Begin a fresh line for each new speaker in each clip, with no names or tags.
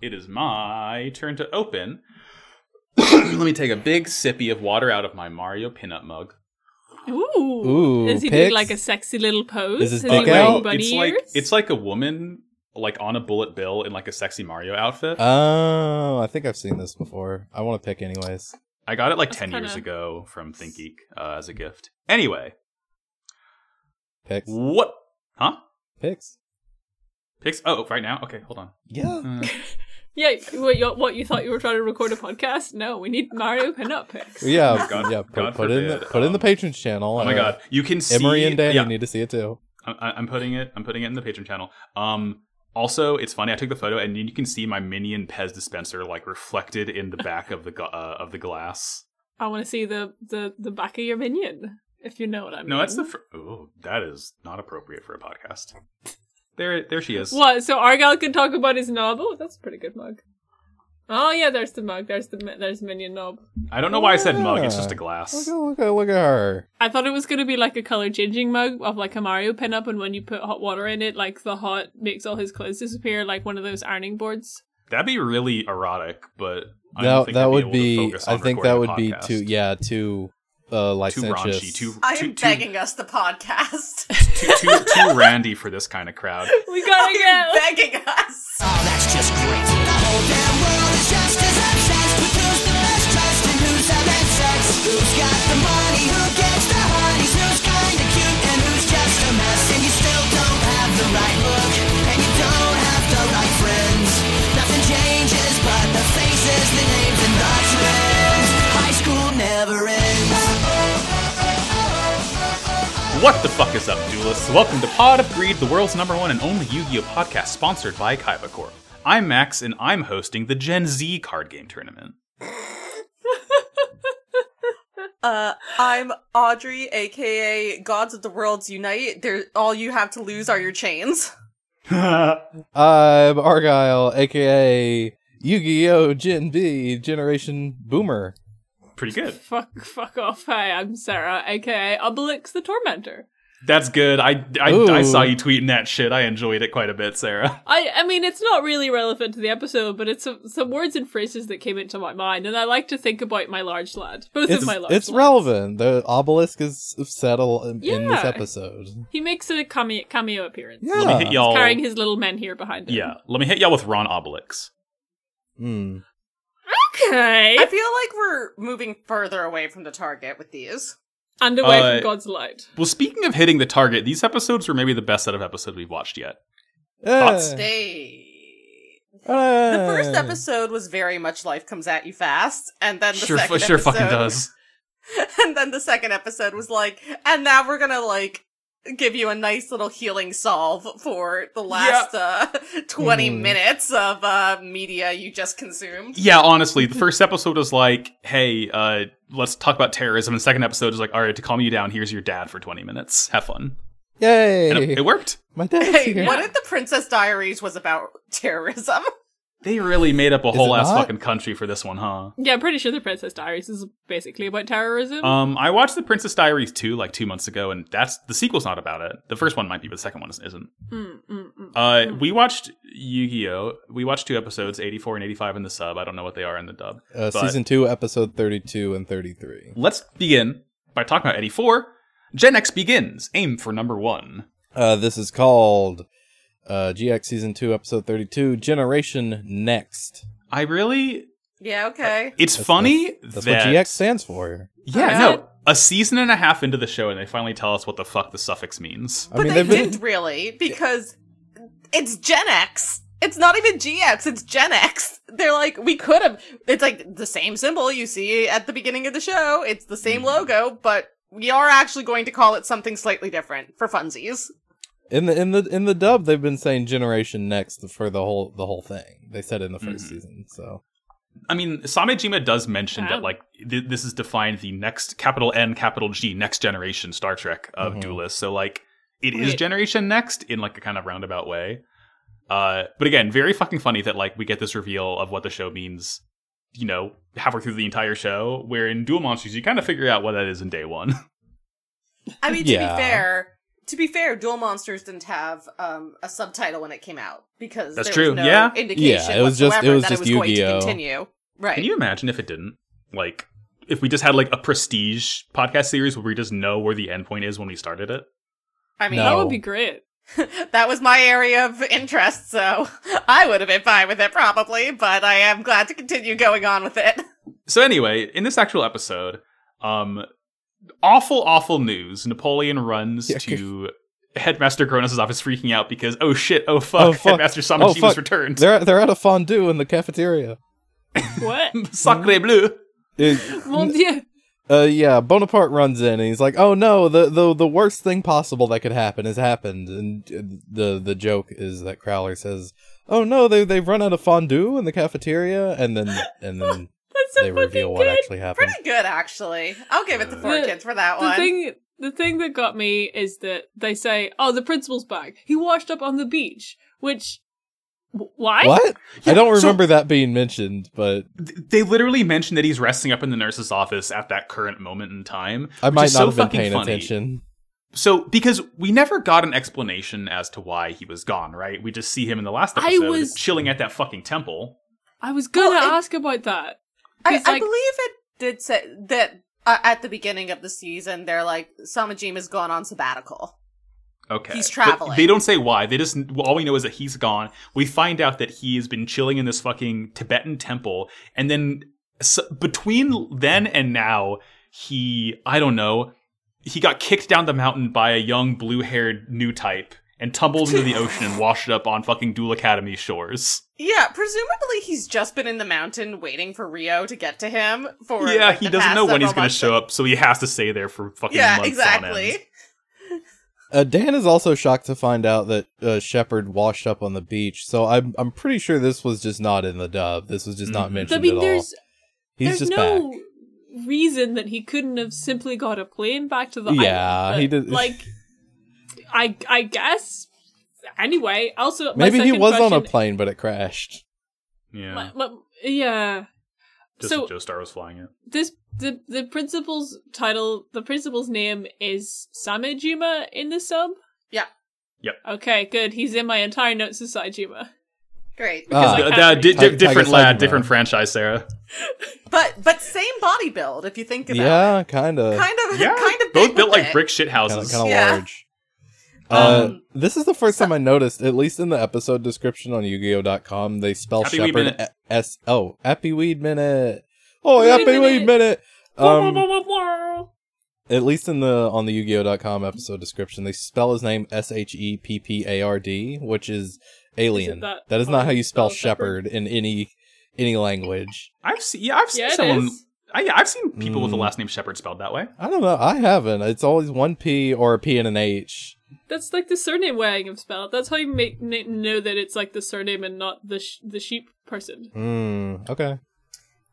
it is my turn to open. Let me take a big sippy of water out of my Mario pinup mug.
Ooh.
Ooh,
Is he
pics?
doing like a sexy little pose?
Is his
he
dick
wearing
out?
bunny
it's
ears?
like it's like a woman like on a bullet bill in like a sexy Mario outfit.
Oh, I think I've seen this before. I want to pick anyways.
I got it like
That's
10 years
kinda-
ago from ThinkGeek uh, as a gift. Anyway,
Picks.
what? Huh?
Picks.
Pics? Oh, right now? Okay, hold on.
Yeah.
Uh,
yeah, what you, what you thought you were trying to record a podcast? No, we need Mario pinup pics.
Yeah.
God-
yeah. Put,
God
put in the,
forbid,
put in the
um,
patrons channel.
oh my
Uh,
god. You can see.
Emery and Danny
yeah,
need to see it too.
I'm, I'm putting it. I'm putting it in the Patreon channel. Um, also, it's funny. I took the photo, and you can see my minion Pez dispenser like reflected in the back of the gla- uh, of the glass.
I want to see the, the the back of your minion, if you know what I mean.
No, that's the. Fr- oh, that is not appropriate for a podcast. There, there she is.
what? So Argal can talk about his knob. Oh, that's a pretty good mug. Oh yeah, there's the mug. There's the mi- there's minion knob.
I don't know why I said mug. It's
Yeah.
just a glass.
Look at look at look at her.
I thought it was gonna be like a color changing mug of like a Mario pinup, and when you put hot water in it, like the hot makes all his clothes disappear, like one of those ironing boards.
That'd be really erotic, but I don't
That
think
that
I'd be.
would be.
able to focus
I
on
think that
recording
would
a
be
podcast.
too. Yeah. Too. Uh,
too
licentious.
raunchy, too
I
too,
am
too,
begging us the podcast.
too, too, too randy for this kind of crowd.
We gotta
You're
go.
begging us.
What the fuck is up, duelists? Welcome to Pod of Greed, the world's number one and only Yu-Gi-Oh podcast sponsored by Kaiba Corp. I'm Max, and I'm hosting the Gen Z card game tournament.
Uh, I'm Audrey, aka Gods of the Worlds Unite. There, all you have to lose are your chains.
I'm Argyle, aka Yu-Gi-Oh! Gen B Generation Boomer.
Pretty good.
Fuck, fuck off. Hi, I'm Sarah, aka Obelix the Tormentor.
That's good. I, I,
Ooh.
I saw you tweeting that shit. I enjoyed it quite a bit, Sarah.
I, I mean, it's not really relevant to the episode, but it's some, some words and phrases that came into my mind, and I like to think about my large lad. Both
It's,
of my large
it's
lads.
relevant. The obelisk is settled in, in this
Yeah.
episode.
He makes a cameo, cameo appearance.
Yeah.
Let me hit y'all.
Carrying his little men here behind him.
yeah, let me hit y'all with Ron Obelix.
Hmm.
Okay.
I feel like we're moving further away from the target with these.
Underway
Uh,
from God's light.
Well, speaking of hitting the target, these episodes were maybe the best set of episodes we've watched yet. Thoughts?
Eh.
They. The
Uh.
first
Eh.
episode was very much life comes at you fast, and then the
sure,
second
sure,
episode,
fucking does.
And then the second episode was like, and now we're gonna like give you a nice little healing solve for the last uh, twenty
Hmm.
minutes of uh, media you just consumed.
Yeah, honestly, the first episode was like, "Hey, uh, let's talk about terrorism." And the second episode is like, "All right, to calm you down, here's your dad for 20 minutes. Have fun."
Yay!
And it, it worked.
My dad's
Hey,
here.
what if the Princess Diaries was about terrorism?
They really made up a whole
it
ass
not?
fucking country for this one, huh?
Yeah, I'm pretty sure the Princess Diaries is basically about terrorism.
Um, I watched The Princess Diaries 2 like 2 months ago and that's the sequel's not about it. The first one might be, but the second one is- isn't.
Mm, mm, mm.
Uh, we watched Yu-Gi-Oh. We watched two episodes, 84 and 85 in the sub. I don't know what they are in the dub.
Uh,
But-
season 2, episode 32 and 33.
Let's begin by talking about 84. Gen X begins. Aim for number 1.
Uh, this is called uh, GX Season 2, episode 32, Generation Next.
I really
Yeah, okay.
It's
That's-
funny
That's
that
what GX stands for.
Yeah,
Alright.
no. A season and a half into the show, and they finally tell us what the fuck the suffix means.
I
But
mean,
they
they've been-
didn't really, because it's Gen X. It's not even GX, it's Gen X. They're like, we could have. It's like the same symbol you see at the beginning of the show, it's the
Hmm.
same logo, but we are actually going to call it something slightly different for funsies.
In the in the in the dub, they've been saying Generation Next for the whole the whole thing. They said it in the 1st
Mhm.
season. So
I mean, Samejima does mention
Wow.
that like th- this is defined the next capital N capital G next generation Star Trek of
Mhm.
duelists. So like it is
Right.
generation next in like a kind of roundabout way. Uh, but again, very fucking funny that like we get this reveal of what the show means. You know, halfway through the entire show, where in Duel Monsters you kind of figure out what that is in day one.
I mean, to
Yeah.
be fair, to be fair, Duel Monsters didn't have um, a subtitle when it came out because
That's
there
true,
was no
yeah.
indication
Yeah, it was just-
whatsoever
it was
that
just
it was going to
Yu-Gi-Oh.
continue.
Can
Right.
you imagine if it didn't? Like, if we just had like a prestige podcast series where we just know where the end point is when we started it?
I mean,
That
No.
would be great.
that was my area of interest, so I would have been fine with it probably, but I am glad to continue going on with it.
So anyway, in this actual episode, um, awful, awful news. Napoleon runs
Yeah,
to Headmaster Cronus' office, freaking out because oh shit, oh fuck,
Oh, fuck.
Headmaster
Oh,
Samachi
fuck.
was returned.
They're they're at a fondue in the cafeteria.
What?
Sacre bleu.
Mon Dieu.
Uh, yeah, Bonaparte runs in and he's like, "Oh no, the the the worst thing possible that could happen has happened." And uh, the the joke is that Crowler says, "Oh no, they they've run out of fondue in the cafeteria," and then and then
That's so
they
fucking
reveal what
good.
actually happened.
Pretty good actually. I'll give it to four
The-
kids for that
the
one.
thing the thing that got me is that they say oh the principal's back he washed up on the beach which wh- why
What?
Yeah,
I don't
so-
remember that being mentioned, but
Th- They literally mention that he's resting up in the nurse's office at that current moment in time.
I
which
might not
is so
have been
fucking
paying
funny.
attention.
So, because we never got an explanation as to why he was gone, right? We just see him in the last
I
episode
was-
chilling at that fucking temple.
i was gonna
Well, it-
ask about that
I,
He's
I
like-
believe it did say that uh, at the beginning of the season, they're like Samajima's gone on sabbatical.
Okay.
He's
But
traveling.
they don't say why. They just well, all we know is that he's gone. We find out that he has been chilling in this fucking Tibetan temple, and then s between then and now, he I don't know. He got kicked down the mountain by a young blue-haired new type and tumbled into the ocean and washed up on fucking Duel Academy shores.
Yeah, presumably he's just been in the mountain waiting for Rio to get to him for
yeah,
like,
he
the
doesn't
past
know when he's
several
going to
months.
show up, so he has to stay there for fucking
Yeah,
months
exactly.
on end.
Uh, Dan is also shocked to find out that uh, Shepard washed up on the beach. So I'm I'm pretty sure this was just not in the dub. This was just not
Mhm.
i
mentioned
mean
at all.
there's
He's
there's
just back.
no reason that he couldn't have simply got a plane back to the
Yeah,
island, but,
he did-
like i i guess anyway also my
Maybe he
second
was on a
question-
plane, but it crashed.
Yeah,
my- my- yeah
just
so-
Joe Star was flying it.
this the the principal's title the principal's name is Samejima in the sub.
Yeah.
Yep.
Okay, good. He's in my entire notes as Saijima.
Great.
Ah.
like-
Uh, that- di- di-
I- I guess
different
I
lad,
can, uh,
different franchise, Sarah.
But but same body build if you think about it.
Yeah, kind of.
Kind of
yeah,
kind of
both
big
built
with
like
it.
brick shit
kind of,
houses.
kind of
Yeah.
large. Uh,
Um,
this is the first time I noticed, at least in the episode description on Yu-Gi-Oh.com, they spell
Happy Weed
Shepherd
Minute.
a- S. Oh, Happy Weed Minute. Oh,
Happy
Happy
Weed
Weed,
Minute.
Minute. Um,
Why
at least in the on the Yu-Gi-Oh.com episode description, they spell his name S H E P P A R D, which is alien.
that-
that is not how you spell
spell Shepherd?
Shepherd in any any language.
I've seen, yeah, I've seen
Yeah, it
someone.
is.
I, yeah, I've seen people with the
Mm.
last name Shepherd spelled that way.
I don't know. I haven't. It's always one P or a P and an H.
That's like the surname way I can spell it. That's how you make n- know that it's like the surname and not the sh- the sheep person.
Mm, okay.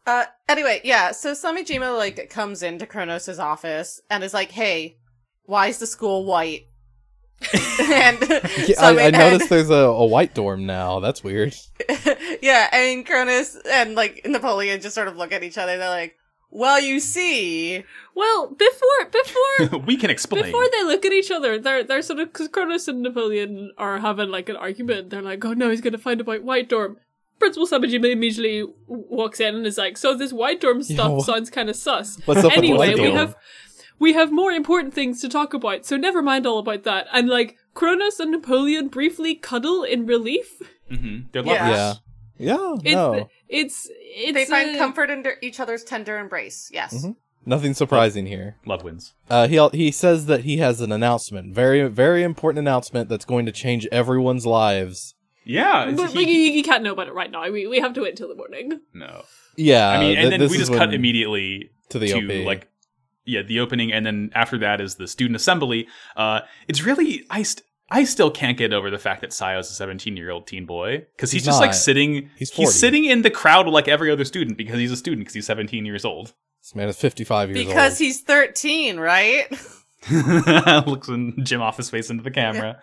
Uh, anyway, yeah, so Samijima, like, comes into Kronos' office and is like, hey, why is the school white? and
Yeah,
Sami-
I, I
and-
noticed there's a, a white dorm now. That's weird.
yeah, and Cronus and, like, Napoleon just sort of look at each other. They're like, well, you see.
Well, before before
we can explain.
before they look at each other, they're they're sort of because Cronus and Napoleon are having like an argument. They're like, "Oh no, he's gonna find about White Dorm." Principal Sabajima immediately w- walks in and is like, "So this White Dorm
Yeah,
stuff
wha-
sounds kind of sus."
What's up
anyway,
with the
we
white dorm?
have we have more important things to talk about, so never mind all about that. And like Cronus and Napoleon briefly cuddle in relief.
Mhm. They're lovers.
Yeah.
Yeah. Yeah.
It's
no.
it's it's
They find
uh,
comfort in their- each other's tender embrace. Yes.
Mhm. Nothing surprising here.
Love wins.
Uh, he he says that he has an announcement, very very important announcement that's going to change everyone's lives.
Yeah.
But
it's-
like, you,
he-
you can't know about it right now. We we have to wait till the morning.
no.
Yeah,
I mean,
Uh, th-
and then
this
we
is
just cut
when-
immediately
to the
to
OP.
like yeah the opening and then after that is the student assembly uh it's really i st- i still can't get over the fact that sayo's a 17 year old teen boy because he's,
He's
just like
not.
sitting
He's 40.
he's sitting in the crowd like every other student because he's a student because he's 17 years old
this man is fifty five years old.
Because he's 13, right?
looks in jim off his face into the camera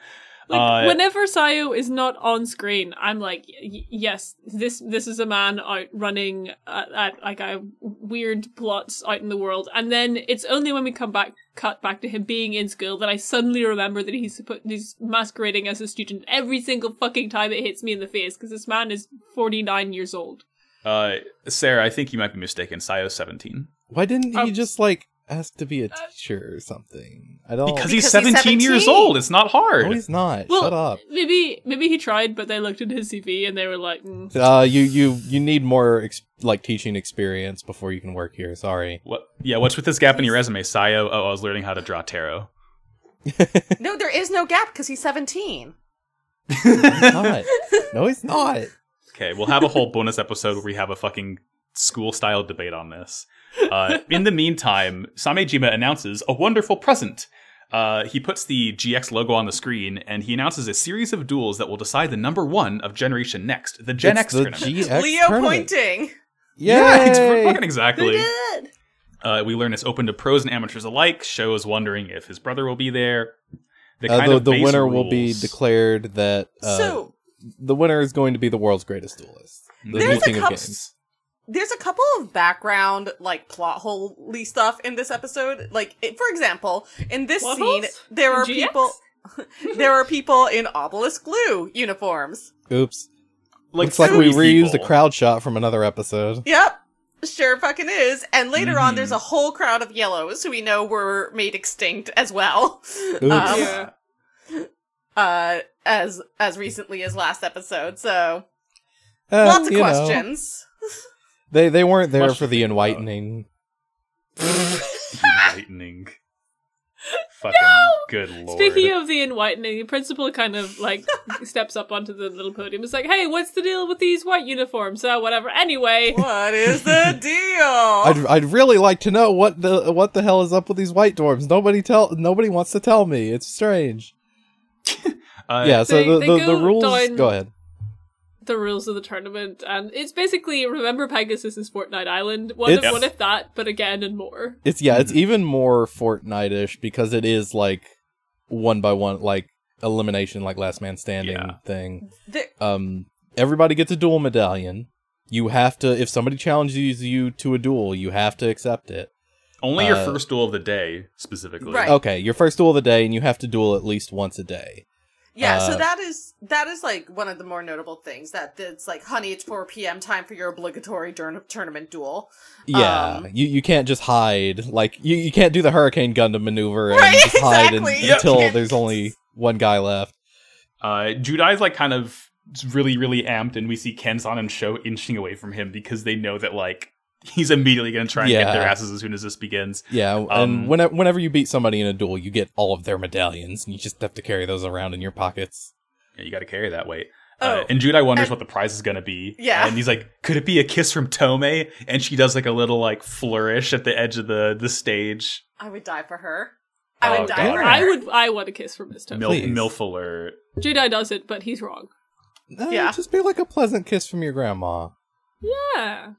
Uh,
Like whenever Sayo is not on screen, I'm like, y- yes, this this is a man out running at, at like a weird plots out in the world. And then it's only when we come back, cut back to him being in school, that I suddenly remember that he's suppo- he's masquerading as a student every single fucking time it hits me in the face because this man is 49 years old.
Uh, Sarah, I think you might be mistaken. Sayo's 17.
Why didn't
Oh.
he just like ask to be a
Uh,
teacher or something? I don't.
Because, he's
he's
17 years
17.
old. It's not hard.
no, Oh. he's not.
Well-
Shut up.
Maybe maybe he tried, but they looked at his CV and they were like, mm,
Uh, you you you need more ex- like teaching experience before you can work here. Sorry.
What? Yeah, what's with this gap in your resume, Sayo? Oh, I was learning how to draw tarot.
No, there is no gap because he's 17.
Not. no, he's not.
Okay, we'll have a whole bonus episode where we have a fucking school style debate on this. Uh, in the meantime, Samejima announces a wonderful present. Uh, he puts the GX logo on the screen and he announces a series of duels that will decide the number one of Generation Next, the Gen X
It's the
tournament.
GX
Leo
tournament.
pointing.
yeah, it's
Yay!
fucking exactly.
Good.
Uh, we learn it's open to pros and amateurs alike. Sho is wondering if his brother will be there. The,
Uh,
kind
the
of
the
base
winner will be
rules-
declared that uh,
so
the winner is going to be the world's greatest duelist. The
There's
new
a
king of
couple-
games.
there's a couple of background like plot holey stuff in this episode. Like, it, for example, in this
Plot
scene,
holes?
there
In
are
GX?
people. there are people in obelisk blue uniforms.
Oops.
like
Looks like we
Scooby
reused a
people.
crowd shot from another episode.
Yep. Sure fucking is. And later on,
Mhm.
there's a
Hmm.
whole crowd of yellows who we know were made extinct as well.
Oops.
Um,
Yeah.
uh, as as recently as last episode. So
Uh,
lots of
you know,
questions.
they they weren't there
Much
for
to
the
think about.
enlightening.
Lightning. Fucking good lord.
Speaking of the enlightening, the principal kind of like steps up onto the little podium. It's like, hey, what's the deal with these white uniforms? Uh, whatever. Anyway,
What is the deal?
I'd, I'd really like to know what the what the hell is up with these white dwarves. Nobody tell nobody wants to tell me. It's strange.
uh,
yeah. So
They-
the
they
the, the
go
rules.
down-
Go ahead.
the rules of the tournament, and it's basically remember Pegasus is Fortnite Island. What if
It's-
what if that, but again and more.
It's yeah. It's
Mhm.
even more Fortnite-ish because it is like one by one, like elimination, like last man standing
Yeah.
thing.
There-
Um, everybody gets a duel medallion. You have to if somebody challenges you to a duel, you have to accept it.
Only your
uh,
first duel of the day, specifically.
Right.
Okay, your first duel of the day, and you have to duel at least once a day.
yeah,
uh,
so that is that is like one of the more notable things that it's like, honey, it's 4 p.m. time for your obligatory dur- tournament duel.
Yeah,
Um,
you you can't just hide. Like you, you can't do the hurricane Gundam maneuver and
Right,
just hide
exactly.
and,
Yep.
until there's only one guy left.
Uh, Judai's like kind of really, really amped, and we see Kensan and Sho inching away from him because they know that like he's immediately going to try and
Yeah.
get their asses as soon as this begins.
Yeah,
Um,
and whenever whenever you beat somebody in a duel, you get all of their medallions, and you just have to carry those around in your pockets.
Yeah, you got to carry that weight. Uh,
Oh,
and Judai wonders
and-
what the prize is going to be.
Yeah.
And he's like, could it be a kiss from Tomei? And she does like a little like flourish at the edge of the, the stage.
I would die for her. I
Oh,
would die
God.
for her.
I would I want a kiss from this time.
Milf,
Please.
milf alert.
Judai does it, but he's wrong.
Uh,
Yeah.
just be like a pleasant kiss from your grandma.
Yeah.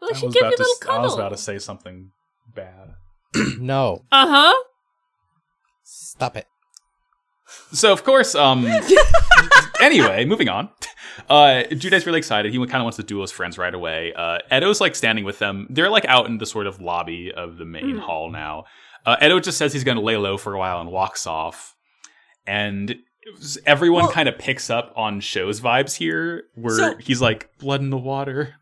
Well,
I
she
was
give you a
about to
little
s- I was
cuddle.
about to say something bad.
no,
Uh huh.
stop it.
So of course, um anyway, moving on. Uh Judai's really excited. He kind of wants to duel his friends right away. Uh Edo's like standing with them. They're like out in the sort of lobby of the main
Mm.
hall now. Uh Edo just says he's going to lay low for a while and walks off. And everyone
Well-
kind of picks up on Show's vibes here where
So-
he's like blood in the water.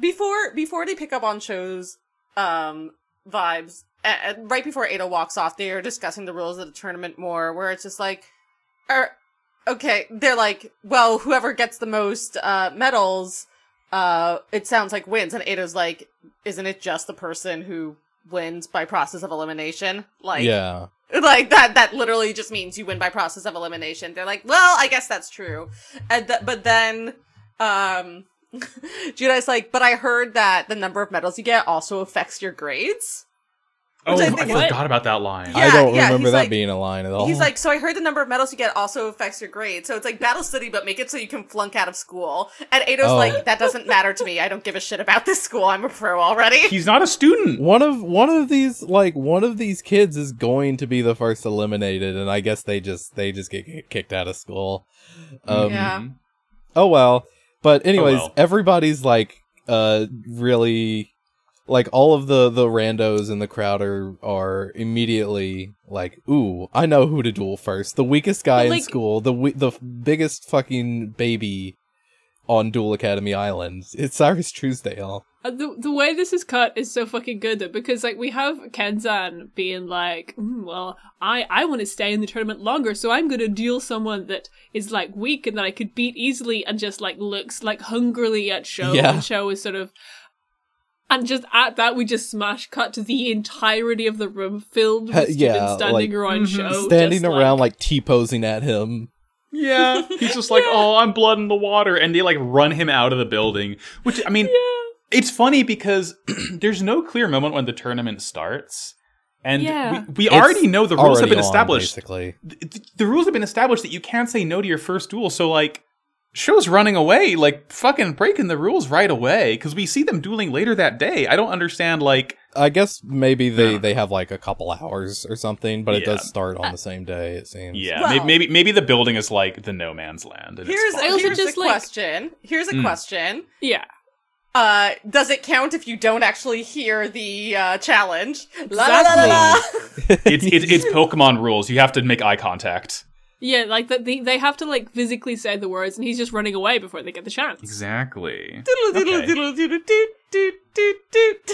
before before they pick up on shows um vibes a- a- right before ada walks off they are discussing the rules of the tournament more where it's just like er, okay they're like well whoever gets the most uh medals uh it sounds like wins and ada's like isn't it just the person who wins by process of elimination like
yeah,
like that that literally just means you win by process of elimination they're like well i guess that's true and th- but then um judah's like but i heard that the number of medals you get also affects your grades
Oh,
Which I
I,
think-
forgot about that line.
Yeah.
I don't
he's
remember that
like-
being a line at
Oh.
all.
He's like, so I heard the number of medals you get also affects your grade. So it's like Battle City, but make it so you can flunk out of school. And Ado's
Oh.
like, that doesn't matter to me. I don't give a shit about this school. I'm a pro already.
He's not a student.
one of one of these like one of these kids is going to be the first eliminated, and I guess they just they just get ki- kicked out of school. Um,
Yeah.
Oh well. But anyways,
Oh, well.
everybody's like uh really like all of the the randos in the crowd are are immediately like, "Ooh, I know who to duel first. The weakest guy
But,
in
like-
school, the we- the f- biggest fucking baby on Duel Academy Island. It's Cyrus Truesdale.
Uh, The, the way this is cut is so fucking good though, because like we have Kenzan being like, mm, well, I I want to stay in the tournament longer, so I'm going to duel someone that is like weak and that I could beat easily, and just like looks like hungrily at Show,
Yeah.
and Show is sort of, and just at that we just smash cut to the entirety of the room filled with
Ha-
students
yeah,
standing
like,
around
mhm.
Show,
Standing
just,
around like, T-posing at him.
Yeah. He's just like, oh, I'm blood in the water. And they like run him out of the building. Which, I mean, it's funny because there's no clear moment when the tournament starts. And
Yeah.
we, we
It's
already know the rules have
Already
been
on,
established.
basically.
th- th- the rules have been established that you can't say no to your first duel. So like, show's running away, like fucking breaking the rules right away because we see them dueling later that day. I don't understand. Like,
I guess maybe they
Yeah.
they have like a couple hours or something, but it
Yeah.
does start
Uh,
on the same day. It seems.
yeah,
Well-
may- maybe, maybe the building is like the no man's land. And
Here's,
it's fine.
also
here's
just,
a
like-
question. Here's a
Mm.
question.
yeah,
Uh, does it count if you don't actually hear the uh, challenge? La la la la
Exactly.
la.
it's, it's it's Pokemon rules. You have to make eye contact.
yeah, like that they they have to like physically say the words, and he's just running away before they get the chance.
Exactly.
Doodle doodle
Okay.
doodle doodle doot doot doot doot.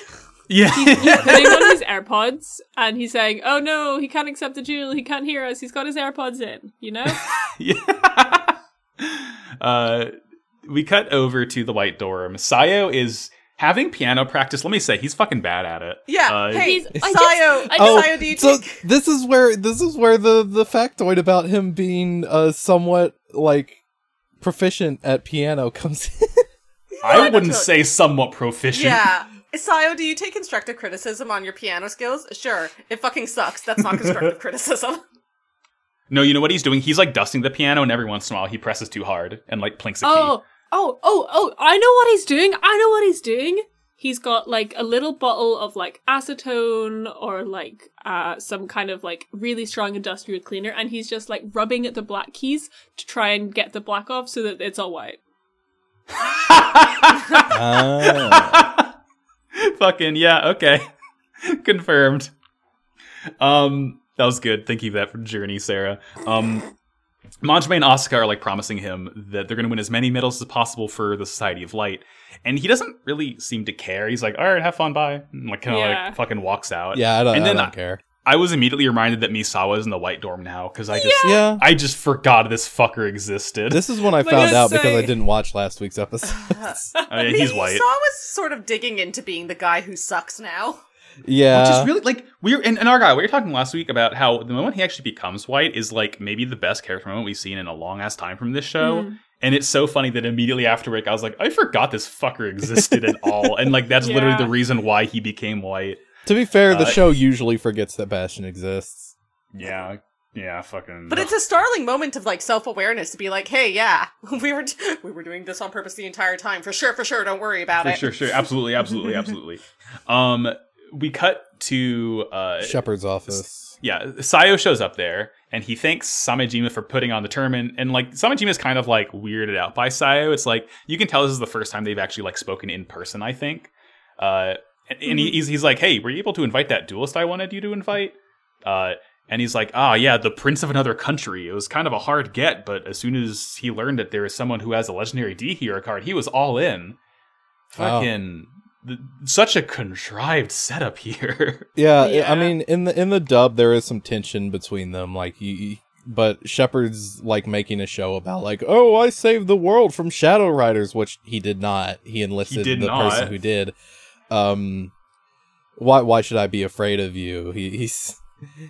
Yeah.
putting on his AirPods and he's saying, "Oh no, he can't accept the jewel. He can't hear us. He's got his AirPods in." You know?
yeah. uh, we cut over to the White Dorm. Sayo is having piano practice. Let me say, he's fucking bad at it.
Yeah.
Uh,
hey,
He's- I just-
Sayo,
I
Oh,
Sayo, do you
so
think?
this is where this is where the the factoid about him being uh somewhat like proficient at piano comes in.
I
Yeah,
wouldn't
that's
say somewhat proficient.
Yeah. Sayo, do you take constructive criticism on your piano skills? Sure. It fucking sucks. That's not constructive criticism.
No, you know what he's doing? He's like dusting the piano, and every once in a while he presses too hard and like plinks a
oh, oh, oh, oh! I know what he's doing. I know what he's doing. He's got like a little bottle of like acetone or like uh, some kind of like really strong industrial cleaner, and he's just like rubbing at the black keys to try and get the black off so that it's all white.
key.
Ah.
Fucking yeah, okay. Confirmed. Um, that was good. Thank you for that for Journey, Sarah. Um, Manjumei and Asuka are like promising him that they're going to win as many medals as possible for the Society of Light, and he doesn't really seem to care. He's like, "All right, have fun, bye," and like kind of
Yeah.
like fucking walks out.
yeah, I don't,
And
I
then
don't
I-
care.
I was immediately reminded that Misawa's in the White Dorm now because I just
Yeah.
I just forgot this fucker existed.
This is when I
Like
found
I
out because I
say-
didn't watch last week's episode.
I mean, he's white.
Saw was sort of digging into being the guy who sucks now.
Which
yeah.
is really like we were and, and our guy, we were talking last week about how the moment he actually becomes white is like maybe the best character moment we've seen in a long ass time from this show.
Mm.
And it's so funny that immediately after it, I was like, I forgot this fucker existed at all. And like that's literally
Yeah.
the reason why he became white.
to be fair, the
uh,
show usually forgets that Bastion exists.
Yeah. Yeah, fucking
But it's a startling moment of like self awareness to be like, hey, yeah, we were we were doing this on purpose the entire time. For sure, for sure. Don't worry about
for
it.
sure, sure. Absolutely, absolutely, absolutely. Um we cut to uh
Shepherd's office.
yeah, Sayo shows up there and he thanks Samejima for putting on the tournament. And like Samejima is kind of like weirded out by Sayo. It's like you can tell this is the first time they've actually like spoken in person. I think. Uh, and and he- he's he's like, "Hey, were you able to invite that duelist I wanted you to invite?" Uh, and he's like, "Ah, yeah, the prince of another country. It was kind of a hard get, but as soon as he learned that there is someone who has a legendary D hero card, he was all in.
Wow.
Fucking." th- Such a contrived setup here.
Yeah, I-
Yeah.
I mean, in the in the dub, there is some tension between them, like you. you- But Shepard's like making a show about like, oh, I saved the world from Shadow Riders, which he did not. He enlisted
did
the
not.
person who did. Um, why why should I be afraid of you? He, he's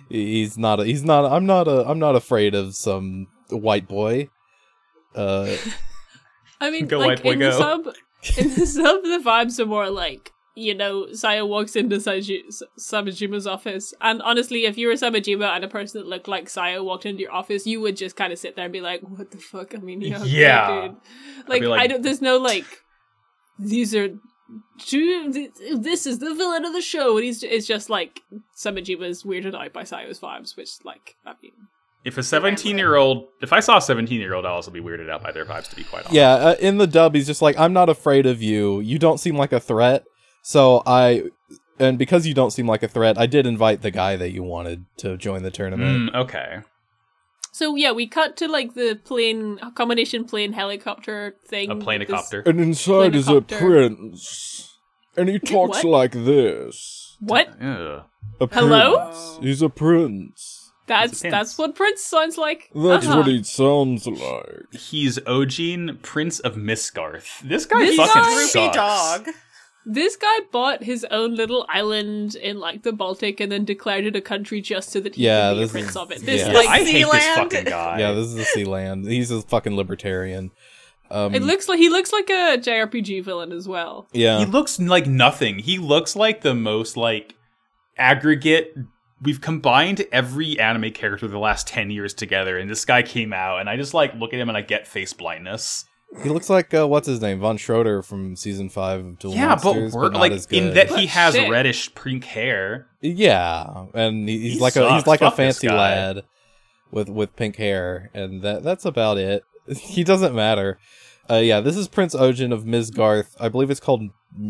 he's not a, he's not a- I'm not a I'm not afraid of some white boy. Uh,
I mean,
Go,
like
white boy,
in the
go.
sub, in the sub, the vibes are more like you know, Saya walks into Saji- S- Samajima's office. And honestly, if you were Samajima and a person that looked like Saya walked into your office, you would just kind of sit there and be like, what the fuck? I mean, you know,
Yeah.
dude. Like,
be like-
I don't, there's no like, these are two, th- this is the villain of the show. And he's, it's just like, Samajima's weirded out by Saya's vibes, which, like, I mean,
If a 17 year old, if I saw a 17 year old, I'd also be weirded out by their vibes, to be quite honest.
Yeah, uh, in the dub, he's just like, I'm not afraid of you. You don't seem like a threat. So I. And because you don't seem like a threat, I did invite the guy that you wanted to join the tournament.
Mm, okay.
So yeah, we cut to like the plane combination plane helicopter thing.
A
with this-
planecopter.
And inside
is a Helicopter.
prince. And he
talks What?
like this.
What?
Ugh.
A
Hello?
He's a prince.
pants.
That's that's what Prince sounds like. Uh-huh.
sounds like.
He's Ogene, Prince of Misgarth. This guy
This
fucking
guy-
Groupie
sucks.
dog.
This guy bought his own little island in like the Baltic and then declared it a country just so that he
Yeah,
could be a
this
prince
is-
of it. This
Yeah,
yeah.
like
I hate this
Zealand.
fucking guy.
Yeah, this is the sea land. He's a fucking libertarian. Um,
it looks like he looks like a JRPG villain as well.
Yeah.
He looks like nothing. He looks like the most like aggregate. We've combined every anime character the last ten years together, and this guy came out, and I just like look at him and I get face blindness.
He looks like uh, what's his name, Von Schroeder from season five of Duel
yeah,
Monsters,
but we're
not as
like
good.
in that he
But
has
shit.
reddish pink hair.
yeah, and he- he's
He
like a
sucks.
he's like a
Fuck this
fancy
guy.
lad with with pink hair, and that that's about it. He doesn't matter. Uh, yeah, this is Prince Ogen of Misgarth. I believe it's called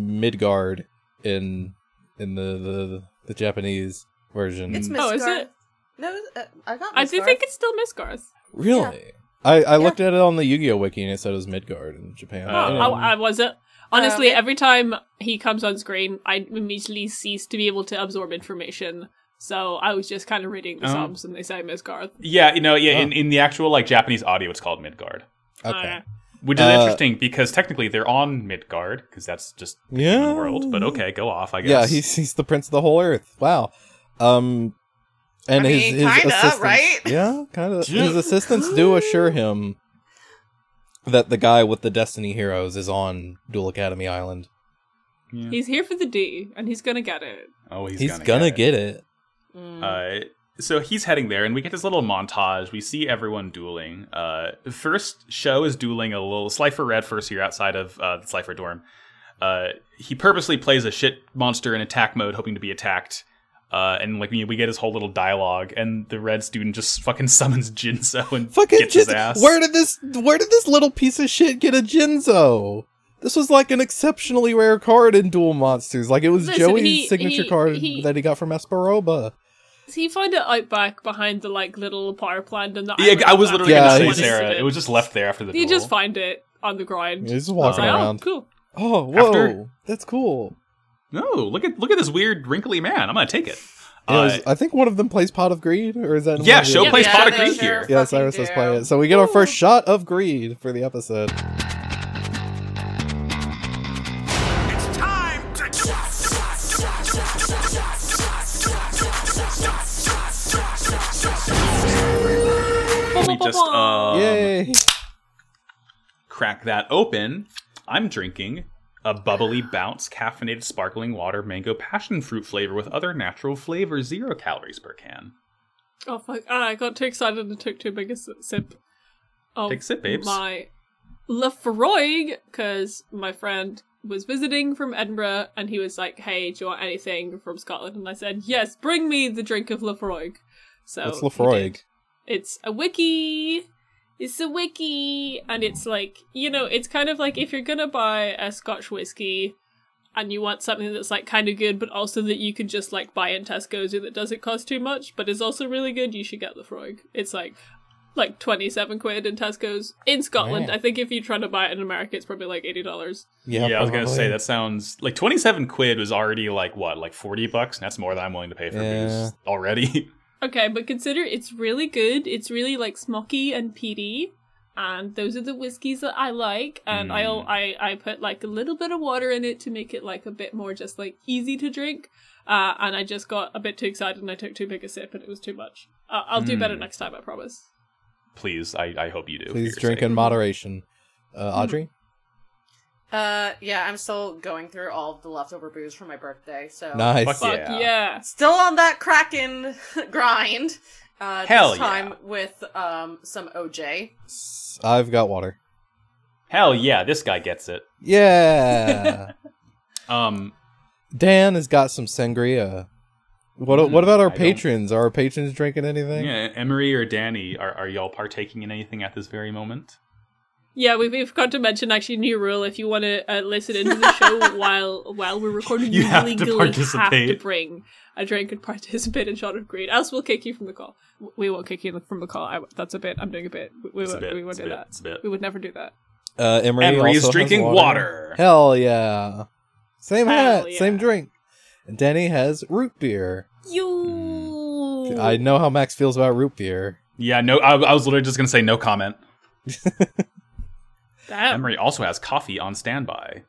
Midgard in in the the, the Japanese version.
It's Miss
Oh, is
Garth.
it?
No, uh, I got.
I
Miss
do
Garth.
think it's still Misgarth.
really. I, I looked at it on the Yu-Gi-Oh wiki and it said it was Midgard in Japan.
Oh.
I
I,
don't-
I wasn't. Honestly,
Uh, it-
every time he comes on screen, I immediately cease to be able to absorb information. So I was just kind of reading the
Oh.
subs, and they say Misgarth.
Yeah, you know, yeah.
Oh.
In, in the actual like Japanese audio, it's called Midgard,
okay.
Uh,
which is
Uh,
interesting because technically they're on Midgard because that's just the human
Yeah.
world. But okay, go off. I guess.
Yeah, he's he's the prince of the whole earth. Wow. Um and
I
his,
mean,
his
kinda,
assistants,
right?
Yeah, kind of.
Yeah.
His assistants do assure him that the guy with the Destiny Heroes is on Dual Academy Island.
Yeah.
He's here for the D, and he's gonna get it.
oh, he's,
He's, gonna,
get. it.
get it.
Mm.
Uh, so he's heading there, and we get this little montage. We see everyone dueling. Uh, first show is dueling a little Slifer Red first here outside of uh, the Slifer dorm. Uh, he purposely plays a shit monster in attack mode, hoping to be attacked. Uh, and like we, we get his whole little dialogue, and the red student just fucking summons Jinso and
Fucking
gets his
just
ass.
where did this where did this little piece of shit get a Jinzo? This was like an exceptionally rare card in Dual Monsters. Like it was
Listen,
Joey's
he-
signature
he-
card
he-
that he got from Esperoba.
He found it out back behind the like little power plant and the.
yeah,
island
I was
that
literally
Yeah,
gonna
wanted
say
to
Sarah.
sit
It
in.
was just left there after the
You
duel.
just find it on the ground.
He's walking
Uh,
oh,
around.
cool.
Oh, whoa.
After-
That's cool.
no, look at look at this weird wrinkly man. I'm gonna take it.
Yeah, it was-
Uh,
I think one of them plays Pot of Greed, or is that? in
Yeah,
one of the
show
other-
plays
Yeah,
Pot of
they
Greed
sure
here.
Yes,
Fucking
Iris does
do.
play it. So we get our first shot of Greed for the episode.
It's time to
Let me just um,
Yay!
crack that open, I'm drinking a bubbly bounce caffeinated sparkling water mango passion fruit flavor with other natural flavors, zero calories per can.
Oh fuck! Ah, I got too excited and took too big a s- sip. Of
Take a sip, babes.
My Lefroy, because my friend was visiting from Edinburgh, and he was like, "Hey, do you want anything from Scotland?" And I said, "Yes, bring me the drink of Lefroy." So
That's
he
Lefroy.
did. It's a wiki. It's a wiki, and it's like you know, it's kind of like if you're gonna buy a Scotch whiskey, and you want something that's like kind of good, but also that you can just like buy in Tesco's or that doesn't cost too much, but is also really good, you should get the Frog. It's like like twenty seven quid in Tesco's in Scotland.
Man.
I think if you try to buy it in America, it's probably like eighty dollars.
Yeah, I was gonna
probably.
say that sounds like twenty-seven quid was already like what, like forty bucks, and that's more than I'm willing to pay for
Yeah.
booze already.
Okay, but consider it's really good. It's really like smoky and peaty, and those are the whiskies that I like. And I'll
Mm.
I I put like a little bit of water in it to make it like a bit more just like easy to drink. Uh, and I just got a bit too excited and I took too big a sip and it was too much. Uh, I'll do better
Mm.
next time, I promise.
Please, I, I hope you do. for
Please
your sake.
drink
Mm,
in moderation. Uh, Audrey,
Uh, yeah, I'm still going through all of the leftover booze from my birthday, so
Nice.
Fuck
Fuck
Yeah.
yeah.
still on that Kraken grind. Uh,
Hell
this
yeah.
time with um some OJ.
S- I've got water.
Hell yeah, this guy gets it.
Yeah.
Um,
Dan has got some sangria. What what
Mm-hmm.
about
I
our
don't-
patrons? Are our patrons drinking anything?
yeah, Emery or Danny, are, are y'all partaking in anything at this very moment?
Yeah, we, we forgot to mention actually new rule. If you want to uh, listen into the show while while we're recording,
You
you,
have to
legally have to
participate.
bring a drink and participate in shot of greed. Else we'll kick you from the call. W- We won't kick you from the call. I, that's a bit. I'm doing a bit. We, we
It's a
won't.
bit,
we won't
it's a
do
bit,
that.
it's a bit.
We would never do that.
Uh, Emery,
Emery
also
is
has
drinking water.
Hell yeah. Same
Hell
hat,
yeah.
same drink. And Danny has root beer.
Mm.
You.
I know how Max feels about root beer.
Yeah, no, I, I was literally just gonna say no comment.
Damn.
Emery also has coffee on standby.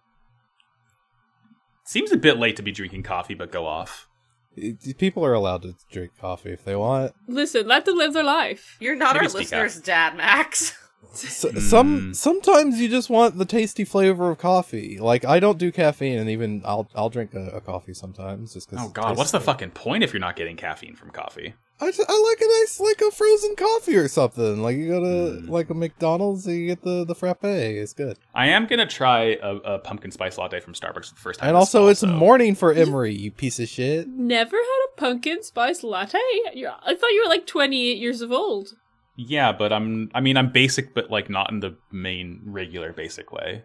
Seems a bit late to be drinking coffee, but go off.
It- People are allowed to drink coffee if they want.
Listen, let them live their life.
You're not
Maybe
our
speak
listener's dad, Max.
S- Some
Mm.
sometimes you just want the tasty flavor of coffee. Like I don't do caffeine, and even I'll I'll drink a, a coffee sometimes just because.
Oh god, what's the fucking point if you're not getting caffeine from coffee?
I, ju- I like a nice like a frozen coffee or something. Like you go to
Mm.
like a McDonald's and you get the the frappe. It's good.
I am gonna try a, a pumpkin spice latte from Starbucks for the first time.
And
this
also,
fall,
it's
so-
morning for Emery. You piece of shit.
Never had a pumpkin spice latte. You're, I thought you were like 28 years of old.
Yeah, but I'm. I mean, I'm basic, but like not in the main regular basic way.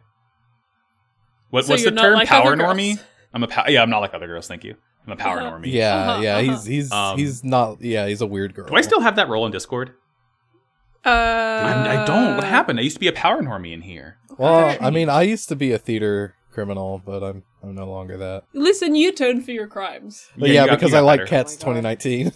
What,
So
what's the
you're not
term?
like
power
other girls.
normie. I'm a pow- yeah. I'm not like other girls. Thank you. I'm a power
Uh-huh.
normie.
Yeah,
Uh-huh,
yeah.
uh-huh.
He's he's
Um,
he's not. Yeah, he's a weird girl.
Do I still have that role in Discord?
Uh,
I, I don't. What happened? I used to be a power normie in here.
Well, I mean, I used to be a theater criminal, but I'm I'm no longer that.
Listen, you atone for your crimes.
But
you
yeah,
got- you
because
got
I like
better.
Cats
Oh my God.
2019.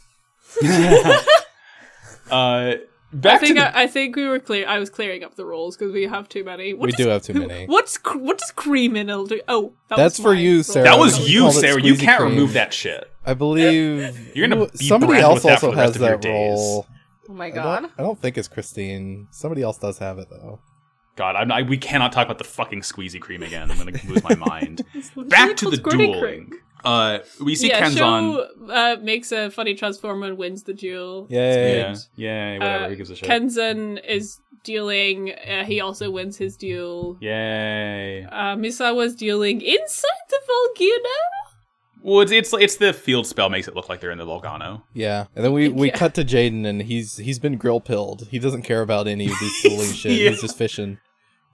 uh, back
I
to
think
the,
I, I think we were clear. I was clearing up the roles because we have too many. What
we
does-
do have too
who-
many.
What's cr- what does criminal do? Oh, that
That's
was
for
my
you,
role.
Sarah.
that
I
was
think
you,
called it
Sarah. You
Squeezy
can't remove
Cream.
that shit.
I believe
You're gonna
who-
be
somebody
branded with
else
that for
also
the rest
has
of your
that
days.
role.
Oh my
I don't,
god.
I don't think it's Christine. Somebody else does have it though.
God, I'm, I, we cannot talk about the fucking squeezy cream again. I'm gonna lose my mind.
It's literally
Back to
called
the
Squirty
dueling.
Crick.
Uh, we see
Yeah,
Ken's on.
Sho uh, makes a funny transformer and wins the duel.
Yay!
Yeah, yeah, whatever.
Uh,
Who gives a shit?
Kenzen is dealing. Uh, he also wins his duel.
Yay!
Uh, Misawa's dealing inside the Volcano.
Well, it's, it's it's the field spell makes it look like they're in the Volcano.
Yeah, and then we, we
Yeah.
cut to Jaden, and he's he's been grill pilled. He doesn't care about any of these dueling shit.
Yeah.
He's just fishing.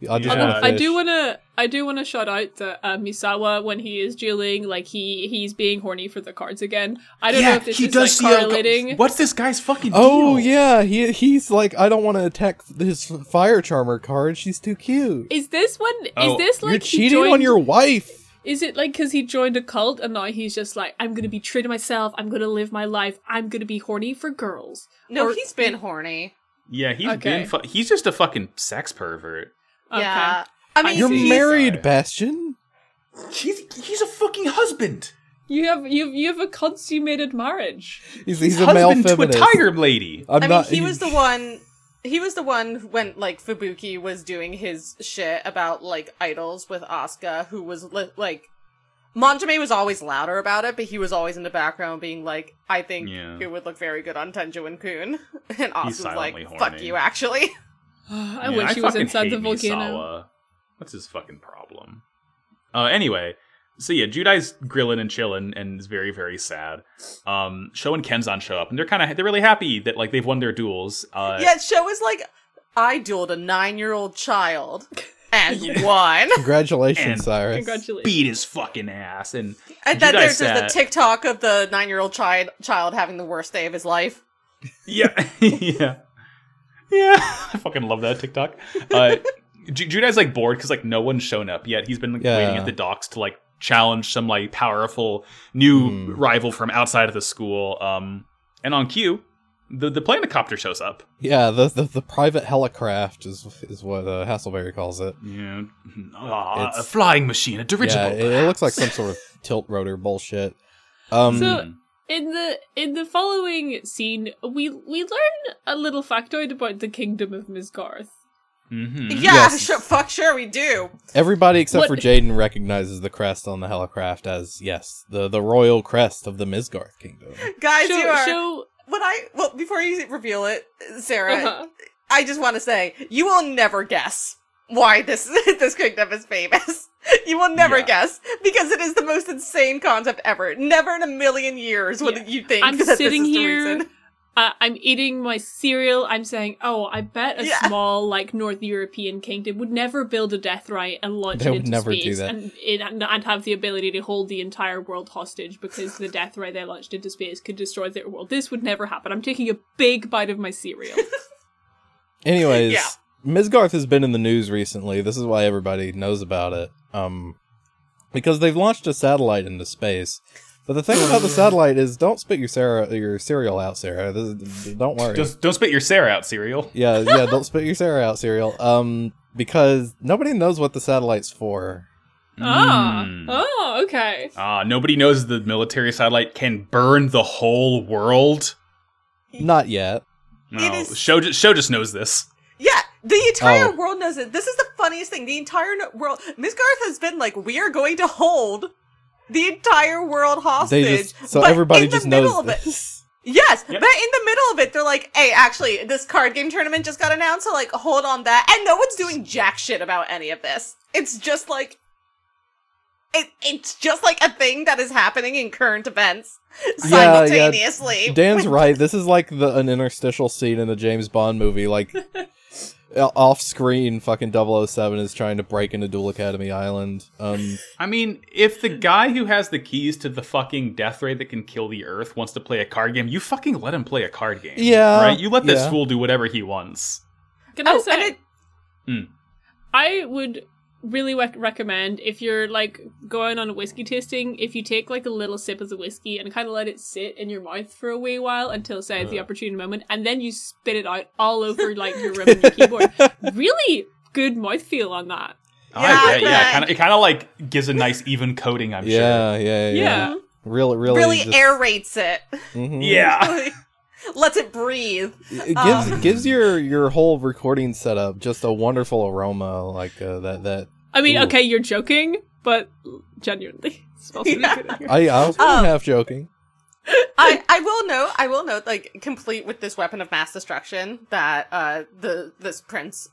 I'll just
Yeah.
wanna
I do
fish.
want to. I do want to shout out that uh, Misawa when he is dueling, like he he's being horny for the cards again. I don't know if this is like correlating.
What's this guy's fucking?
Oh
deal?
yeah, he he's like I don't want to attack his fire charmer card. She's too cute.
Is this when? Is
Oh,
this like
You're
he
cheating on
joined-
your wife.
Is it like because he joined a cult and now he's just like I'm gonna be true to myself. I'm gonna live my life. I'm gonna be horny for girls.
No,
Or-
he's been horny.
yeah. He's
Okay.
been. Fu- he's just a fucking sex pervert.
Okay.
Yeah. I mean,
You're
he's-
married,
Sorry.
Bastion.
He's he's a fucking husband.
You have you have, you have a consummated marriage.
He's, he's a male
husband to a
feminist.
tiger lady.
I'm
I mean,
not-
he was the one. He was the one when like Fubuki was doing his shit about like idols with Asuka, who was li- like. Manjime was always louder about it, but he was always in the background being like, "I think
Yeah.
it would look very good on Tenjo and Kun," and
He's
Asuka's like,
silently
"Fuck
horny.
you, actually."
I
Yeah,
wish he was
fucking
inside
hate
the volcano.
Misawa. What's his fucking problem? Uh, anyway, so yeah, Judai's grilling and chilling and is very very sad. Um, Sho and Kenzan show up and they're kind of they're really happy that like they've won their duels. Uh,
Yet Sho is like, "I dueled a nine-year-old child and won,"
Congratulations,
And-
Cyrus.
Congratulations.
beat his fucking ass and
and then
Judai
there's just
sat-
the TikTok of the nine-year-old child child having the worst day of his life.
yeah yeah yeah. I fucking love that TikTok. Uh, Ju- Judai's like bored because like no one's shown up yet. He's been like, waiting
Yeah.
at the docks to like challenge some like powerful new
Hmm.
rival from outside of the school. Um, and on cue, the the planetcopter shows up.
Yeah, the, the the private helicraft is is what uh, Hasselberry calls it.
Yeah, Ah, a
It's-
flying machine, a dirigible.
Yeah, it, it looks like some sort of tilt rotor bullshit. Um,
So- In the in the following scene, we we learn a little factoid about the kingdom of Misgarth.
Mm-hmm.
Yeah,
Yes.
sure, fuck sure we do.
Everybody except for
What-
Jaden recognizes the crest on the Helicraft as yes, the the royal crest of the Misgarth kingdom.
Guys, you
show,
are
show
when I well before you reveal it, Sarah,
uh-huh.
I just want to say you will never guess why this this kingdom is famous. You will never
Yeah.
guess because it is the most insane concept ever. Never in a million years would
Yeah.
you think
I'm
that this
sitting
is the
here.
reason.
Uh, I'm eating my cereal. I'm saying, oh, I bet a
Yeah.
small, like, North European kingdom would never build a death right and launch
They
it
would
into
never do
space
that.
And, it, and and have the ability to hold the entire world hostage because the death right they launched into space could destroy their world. This would never happen. I'm taking a big bite of my cereal.
Anyways,
Yeah.
Misgarth has been in the news recently. This is why everybody knows about it. Um, because they've launched a satellite into space. But the thing about the satellite is, don't spit your Sarah your cereal out, Sarah. This is, don't worry.
Just don't spit your Sarah out, cereal.
yeah, yeah. Don't spit your Sarah out, cereal. Um, because nobody knows what the satellite's for.
Ah,
Mm.
oh, okay.
Ah, nobody knows the military satellite can burn the whole world.
Not yet.
No,
It is-
show ju- show just knows this.
Yeah, the entire
Oh.
world knows it. This is the funniest thing. The entire no- world. Ms. Garth has been like, we are going to hold the entire world hostage.
They just so
but
everybody
in the
just knows
middle of it.
this.
Yes,
Yep.
but in the middle of it, they're like, hey, actually, this card game tournament just got announced, so like, hold on that. And no one's doing jack shit about any of this. It's just like. It, it's just like a thing that is happening in current events
yeah.
simultaneously.
Dan's right. This is like the an interstitial scene in a James Bond movie. Like off screen, fucking 007 is trying to break into Duel Academy Island. Um,
I mean, if the
Hmm.
guy who has the keys to the fucking death ray that can kill the earth wants to play a card game, you fucking let him play a card game.
Yeah,
Right? You let this
yeah.
fool do whatever he wants.
Can I
Oh,
say?
and it,
I would really rec- recommend if you're like going on a whiskey tasting, if you take like a little sip of the whiskey and kind of let it sit in your mouth for a wee while until say it's the
Uh.
opportune moment, and then you spit it out all over like your room and your keyboard. Really good mouthfeel on that.
Yeah,
I bet, yeah.
okay.
Kinda, it kind of like gives a nice even coating, I'm sure.
yeah, yeah, yeah,
Yeah.
Really, really,
really
just-
aerates it.
Mhm.
Yeah.
Lets it breathe.
It gives
Um.
gives your your whole recording setup just a wonderful aroma, like uh, that. That
I mean,
Ooh.
okay, you're joking, but genuinely, it smells really good in here.
I, I was kind of
Um.
half joking.
I, I will note I will note like complete with this weapon of mass destruction that uh the this prince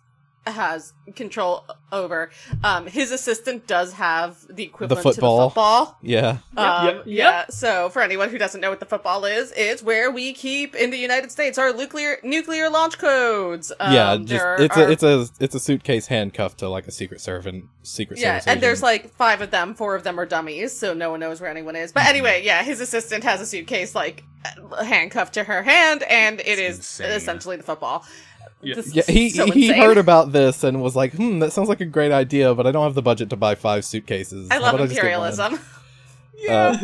has control over. Um his assistant does have the equivalent to
football.
the football.
Yeah,
Um,
yep.
Yeah. So for anyone who doesn't know what the football is, it's where we keep in the United States our nuclear nuclear launch codes. Um,
yeah. Just
there
it's
are-
a it's a it's a suitcase handcuffed to like a secret servant, secret
yeah,
service.
and there's
agent.
like five of them. Four of them are dummies, so no one knows where anyone is.
Mm-hmm.
But anyway, yeah, his assistant has a suitcase like uh, handcuffed to her hand, and it is
insane.
essentially the football.
Yeah.
This is
Yeah, he
so
he
insane.
heard about this and was like, "Hmm, that sounds like a great idea, but I don't have the budget to buy five suitcases."
I
How
love
about just get one?"
imperialism.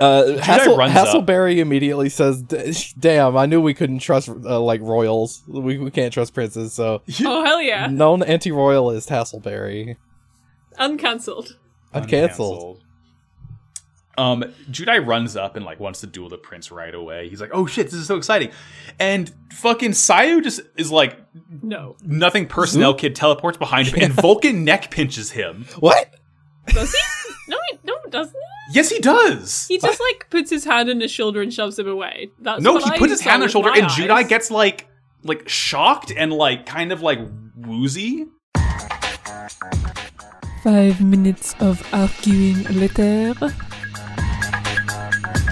Uh, Hassel,
runs up.
Hasselberry immediately says, "D- "Damn, I knew we couldn't trust uh, like royals. We, we can't trust princes." So
Oh hell yeah,
known anti-royalist Hasselberry,
uncancelled.
I'm canceled.
Um, Judai runs up and like wants to duel the prince right away. He's like, "Oh shit, this is so exciting!" And fucking Sayu just is like,
No,
nothing
Hmm?
personnel kid teleports behind him, and Vulcan neck pinches him.
What?
does he? no, he, no, doesn't.
Yes, he does.
He just like puts his hand on his shoulder and shoves him away. That's
no,
what
he
I
puts his
saw
hand on
with
his shoulder,
my
and
eyes.
Judai gets like like shocked and like kind of like woozy.
Five minutes of arguing later.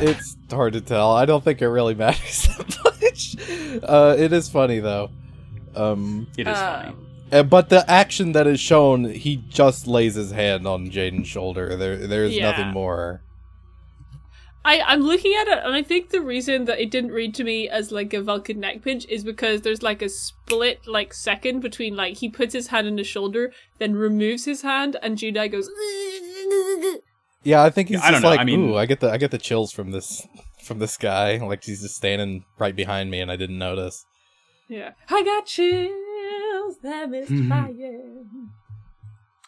It's hard to tell. I don't think it really matters that much. Uh, it is funny though. Um,
It is
Uh,
funny.
Uh, but the action that is shown, he just lays his hand on Jaden's shoulder. There, there is
Yeah.
nothing more.
I, I'm looking at it, and I think the reason that it didn't read to me as like a Vulcan neck pinch is because there's like a split like second between like he puts his hand on his shoulder, then removes his hand, and Judai goes.
Yeah, I think he's
Yeah, I
just
don't know.
like,
I mean-
ooh, I get the, I get the chills from this, from this guy. Like he's just standing right behind me, and I didn't notice.
Yeah, I got chills. That missed
Mhm.
fire.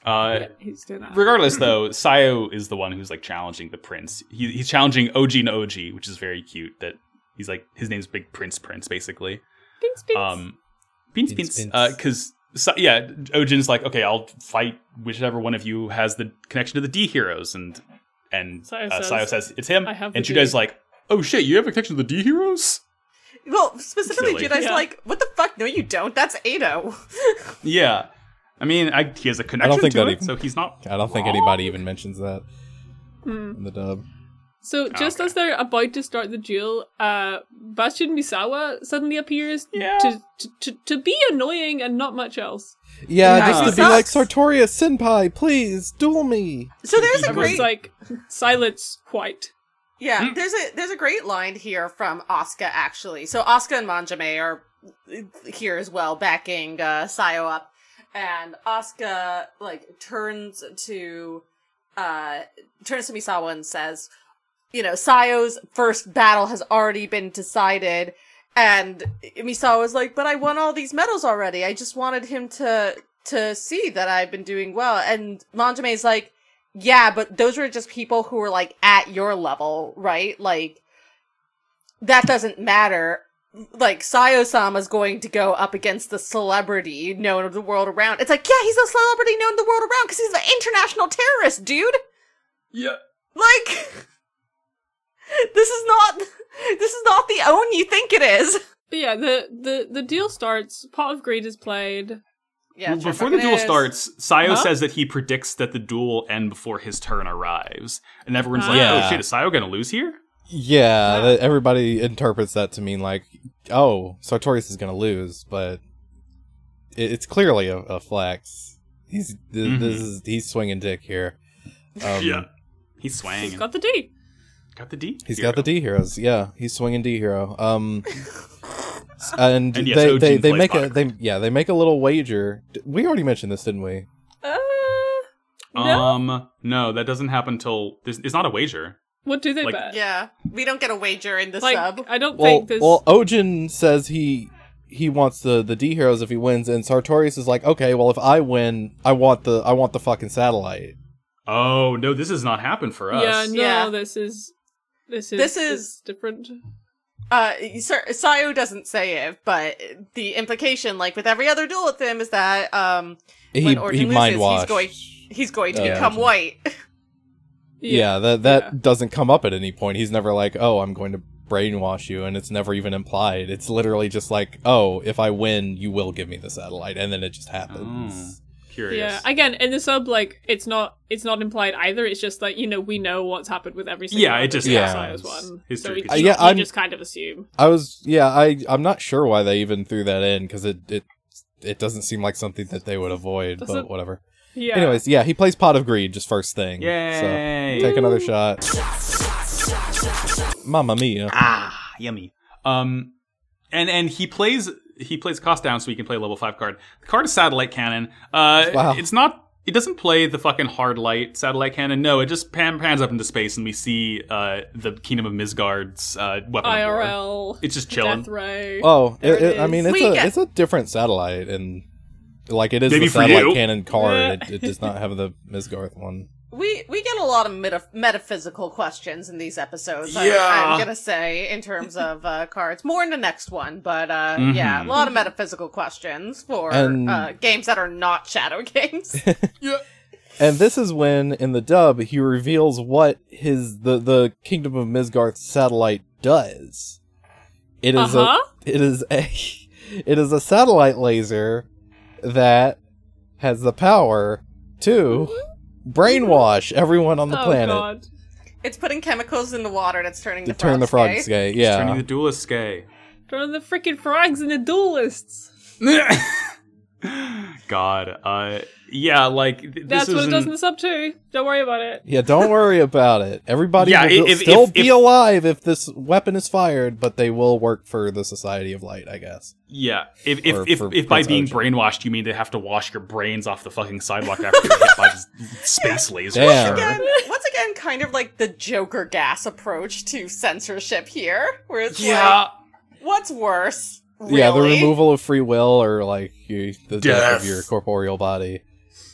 Uh,
Yeah, he's doing that.
regardless, though, Sayo is the one who's like challenging the prince. He, he's challenging OG and OG, which is very cute. That he's like his name's Big Prince Prince, basically.
Pinch, pinch.
Um, Beans,
Beans,
beans.
beans.
Because, so, yeah, Ojin's like, okay, I'll fight whichever one of you has the connection to the D heroes. And and
Sayo
uh,
says,
Sayo says, it's him.
"I have the
and
D."
Judai's like, oh shit, you have a connection to the D heroes?
Well, specifically,
Silly.
Jedi's
Yeah.
like, what the fuck? No, you don't. That's Ado.
Yeah. I mean, I, he has a connection
think
to
that
it,
he-
so he's not.
I don't think
wrong.
anybody even mentions that
Hmm.
in the dub.
So just
okay.
as they're about to start the duel, uh, Bastion Misawa suddenly appears
Yeah.
to, to, to to be annoying and not much else.
Yeah,
Yeah.
just to
He
be like
sucks.
Sartorius Senpai, please duel me.
So there's a
Everyone's
great
It's like silence, quite.
Yeah,
Hmm.
there's a there's a great line here from Asuka actually. So Asuka and Manjame are uh, here as well, backing uh, Sayo up, and Asuka like turns to uh turns to Misawa and says, "You know, Sayo's first battle has already been decided." And Misawa's like, "But I won all these medals already. I just wanted him to to see that I've been doing well." And Manjame's like, yeah, but those were just people who were like at your level, right? Like that doesn't matter. Like Sayo-sama's going to go up against the celebrity known of the world around. It's like, yeah, he's a celebrity known the world around because he's an international terrorist, dude.
Yeah.
Like, this is not this is not the own you think it is.
But yeah, the the the duel starts. Pot of Greed is played.
Yeah.
Well,
sure
before the
fucking
duel
is.
starts, Sayo
Huh?
says that he predicts that the duel will end before his turn arrives. And everyone's like,
Yeah.
oh shit, is Sayo going to lose here?
Yeah, that, everybody interprets that to mean like, oh, Sartorius is gonna lose, but it, it's clearly a, a flax. He's th- this
Mhm.
is he's swinging dick here. Um,
yeah. He's swaying.
He's got the D.
Got the D.
He's
hero.
got the D heroes. Yeah, he's swinging D hero. Um, s- and,
And yes,
they,
Ojin
they, they
plays
make a
Bach.
they yeah they make a little wager. D- We already mentioned this, didn't we?
Uh, no.
Um, no, that doesn't happen till there's, it's not a wager.
What do they
like-
bet?
Yeah, we don't get a wager in the
Like
sub.
I don't
Well,
think this.
well, Ojin says he he wants the the D heroes if he wins, and Sartorius is like, okay, well if I win, I want the I want the fucking satellite.
Oh no, this has not happened for us.
yeah, no,
Yeah.
this is this is
This is-
is different.
Uh, Sir, Sayo doesn't say it, but the implication, like with every other duel with him, is that um,
He
when Orton
he
loses,
mind
he's
washed.
going, he's going to
Oh, Yeah.
become white.
yeah. that that
Yeah.
doesn't come up at any point. He's never like, oh, I'm going to brainwash you, and it's never even implied. It's literally just like, oh, if I win, you will give me the satellite, and then it just happens.
Curious.
Yeah, again, in the sub, like it's not it's not implied either. It's just like you know we know what's happened with every single
Yeah, it
other
just
Dark
Yeah.
Siders
happens.
one.
History
so we,
gets
you-
Yeah,
you
I'm-
just kind of assume.
I was, yeah, I I'm not sure why they even threw that in because it it it doesn't seem like something that they would avoid, but
Doesn't-
whatever.
Yeah.
Anyways, yeah, he plays Pot of Greed just first thing.
Yay.
So take another shot. Mamma mia.
ah, yummy. Um, and and he plays he plays cost down so he can play a level five card. The card is satellite cannon. Uh,
Wow.
it's not. It doesn't play the fucking hard light satellite cannon. No, it just pan, pans up into space and we see uh, the Kingdom of Misgard's uh, weapon. of war.
IRL.
It's just chilling.
Death row.
Oh,
There
it,
it
it- I mean,
is.
it's
We
a
get-
it's a different satellite, and like it is
Maybe
the
for
satellite
you.
cannon card.
Yeah.
It, it does not have the Misgarth one.
We we get a lot of meta- metaphysical questions in these episodes. I-
Yeah.
I'm gonna say in terms of uh, cards, more in the next one, but uh, yeah, a
Mhm.
lot of metaphysical questions for
Mm-hmm. And-
uh, games that are not shadow games.
And this is when, in the dub, he reveals what his the the Kingdom of Misgarth satellite does. It is
Uh-huh.
a it is a it is a satellite laser that has the power to brainwash everyone on the
Mm-hmm. oh
planet
god.
it's putting chemicals in the water and it's turning
to
the
turn the
frogs
frogs
gay.
gay.
It's Turning
Yeah,
the duelist gay.
Throw the freaking frogs in the duelists.
God. Uh, yeah, like th- this
That's what
was
it does
an-
in the sub too. Don't worry about it.
yeah. Don't worry about it. Everybody
Yeah,
will
if-
still
if-
be
if-
alive if this weapon is fired, but they will work for the Society of Light, I guess.
Yeah, if if
Or
if,
for
if by
Prince
being
Ocean.
brainwashed you mean they have to wash your brains off the fucking sidewalk after you're hit by this space laser.
Damn.
sure.
Again, once again, kind of like the Joker gas approach to censorship here, where it's like,
Yeah,
what's worse?
Yeah, the
Really?
removal of free will or like you, the death.
Death.
of your corporeal body.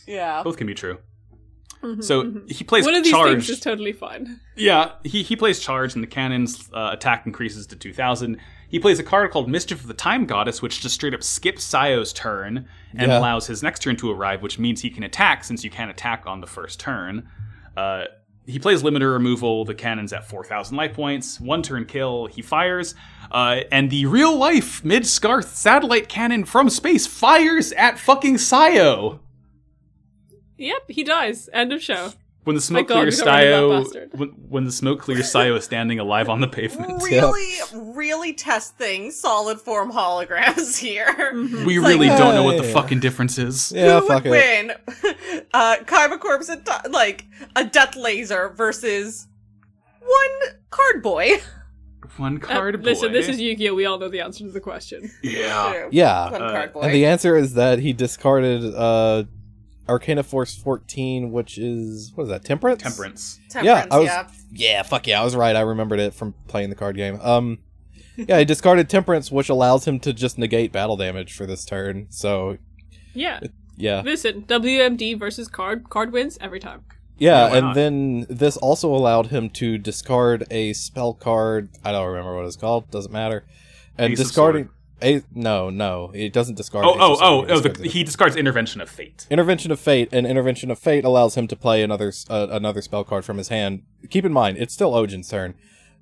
Yeah.
both can be true.
Mhm,
So
mhm.
he plays
one of these
charged.
things is totally fine.
yeah, he he plays charged, and the cannon's uh, attack increases to two thousand. He plays a card called Mischief of the Time Goddess, which just straight up skips Sayo's turn and
Yeah.
allows his next turn to arrive, which means he can attack since you can attack on the first turn. Uh, he plays limiter removal. The cannon's at 4,000 life points. One turn kill. He fires. Uh, and the real life mid Scarth satellite cannon from space fires at fucking Sayo.
Yep, he dies. End of show.
When the smoke
God, we
clears
got rid of that
Sayo,
bastard.
when, when the smoke clears Sayo is standing alive on the pavement.
Really, really test things. Solid form holograms here.
We really
Mm. like-
don't know what the
Yeah.
fucking difference is.
Yeah,
Who
fuck
would
it.
win? uh, Kybercorp's a t- like a death laser versus one card boy.
One
Uh,
card boy.
Listen, this is Yu-Gi-Oh. We all know the answer to the question.
yeah.
Ah, Yeah.
one
Uh,
card boy.
And the answer is that he discarded uh Arcana Force 14, which is what is that? Temperance?
Temperance.
Temperance,
I was-
yeah.
Yeah, fuck yeah, I was right. I remembered it from playing the card game. Um Yeah, he discarded Temperance, which allows him to just negate battle damage for this turn. So
Yeah.
yeah.
Listen, WMD versus card. Card wins every time.
Yeah,
Yeah,
why
and
not?
then this also allowed him to discard a spell card. I don't remember what it's called. Doesn't matter. And
Ace of
discarding a no, no, it doesn't discard.
Oh,
Ace of
oh, oh,
Sword,
oh!
discards
The,
it.
he discards Intervention of Fate.
Intervention of Fate, and Intervention of Fate allows him to play another s- uh, another spell card from his hand. Keep in mind, it's still Ogin's turn,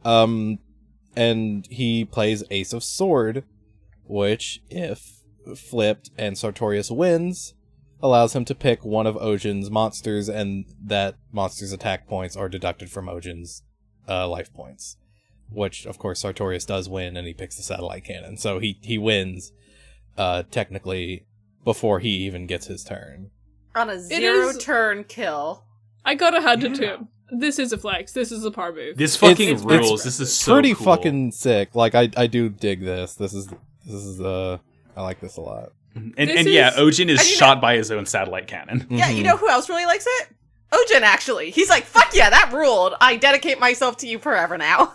um, and he plays Ace of Sword, which, if flipped and Sartorius wins, allows him to pick one of Ogin's monsters, and that monster's attack points are deducted from Ogin's uh, life points. Which, of course, Sartorius does win, and he picks the satellite cannon, so he he wins, uh, technically before he even gets his turn.
on a zero
is-
turn kill.
I gotta hand it to
Yeah.
him. This is a flex. This is a par move.
This fucking
It's- it's
rules. this is so
Pretty
cool.
fucking sick. Like I, I do dig this. This is this is uh I like this a lot.
And, and
This
yeah,
is-
Ojin is
I mean-
shot by his own satellite cannon.
Mm-hmm.
Yeah, you know who else really likes it? Ojin, actually. He's like, fuck yeah, that ruled. I dedicate myself to you forever now.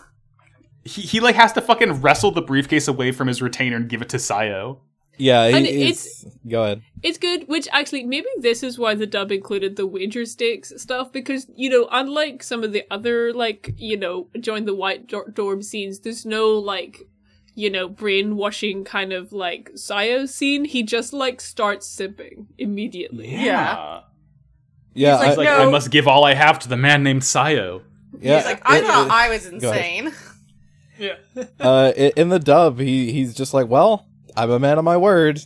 He, he like has to fucking wrestle the briefcase away from his retainer and give it to Sayo.
Yeah,
And
he- he's- go ahead.
It's good, which actually maybe this is why the dub included the wager stakes stuff because you know, unlike some of the other like you know, join the white dor- dorm scenes, there's no like you know brainwashing kind of like Sayo scene. He just like starts simping immediately.
Yeah.
Yeah,
like,
He's like,
No.
I must give all I have to the man named Sayo.
I, yeah.
He's like, I
it-
thought
it-
I was
Go ahead.
insane.
uh, i- in the dub, he he's just like, well, I'm a man of my word.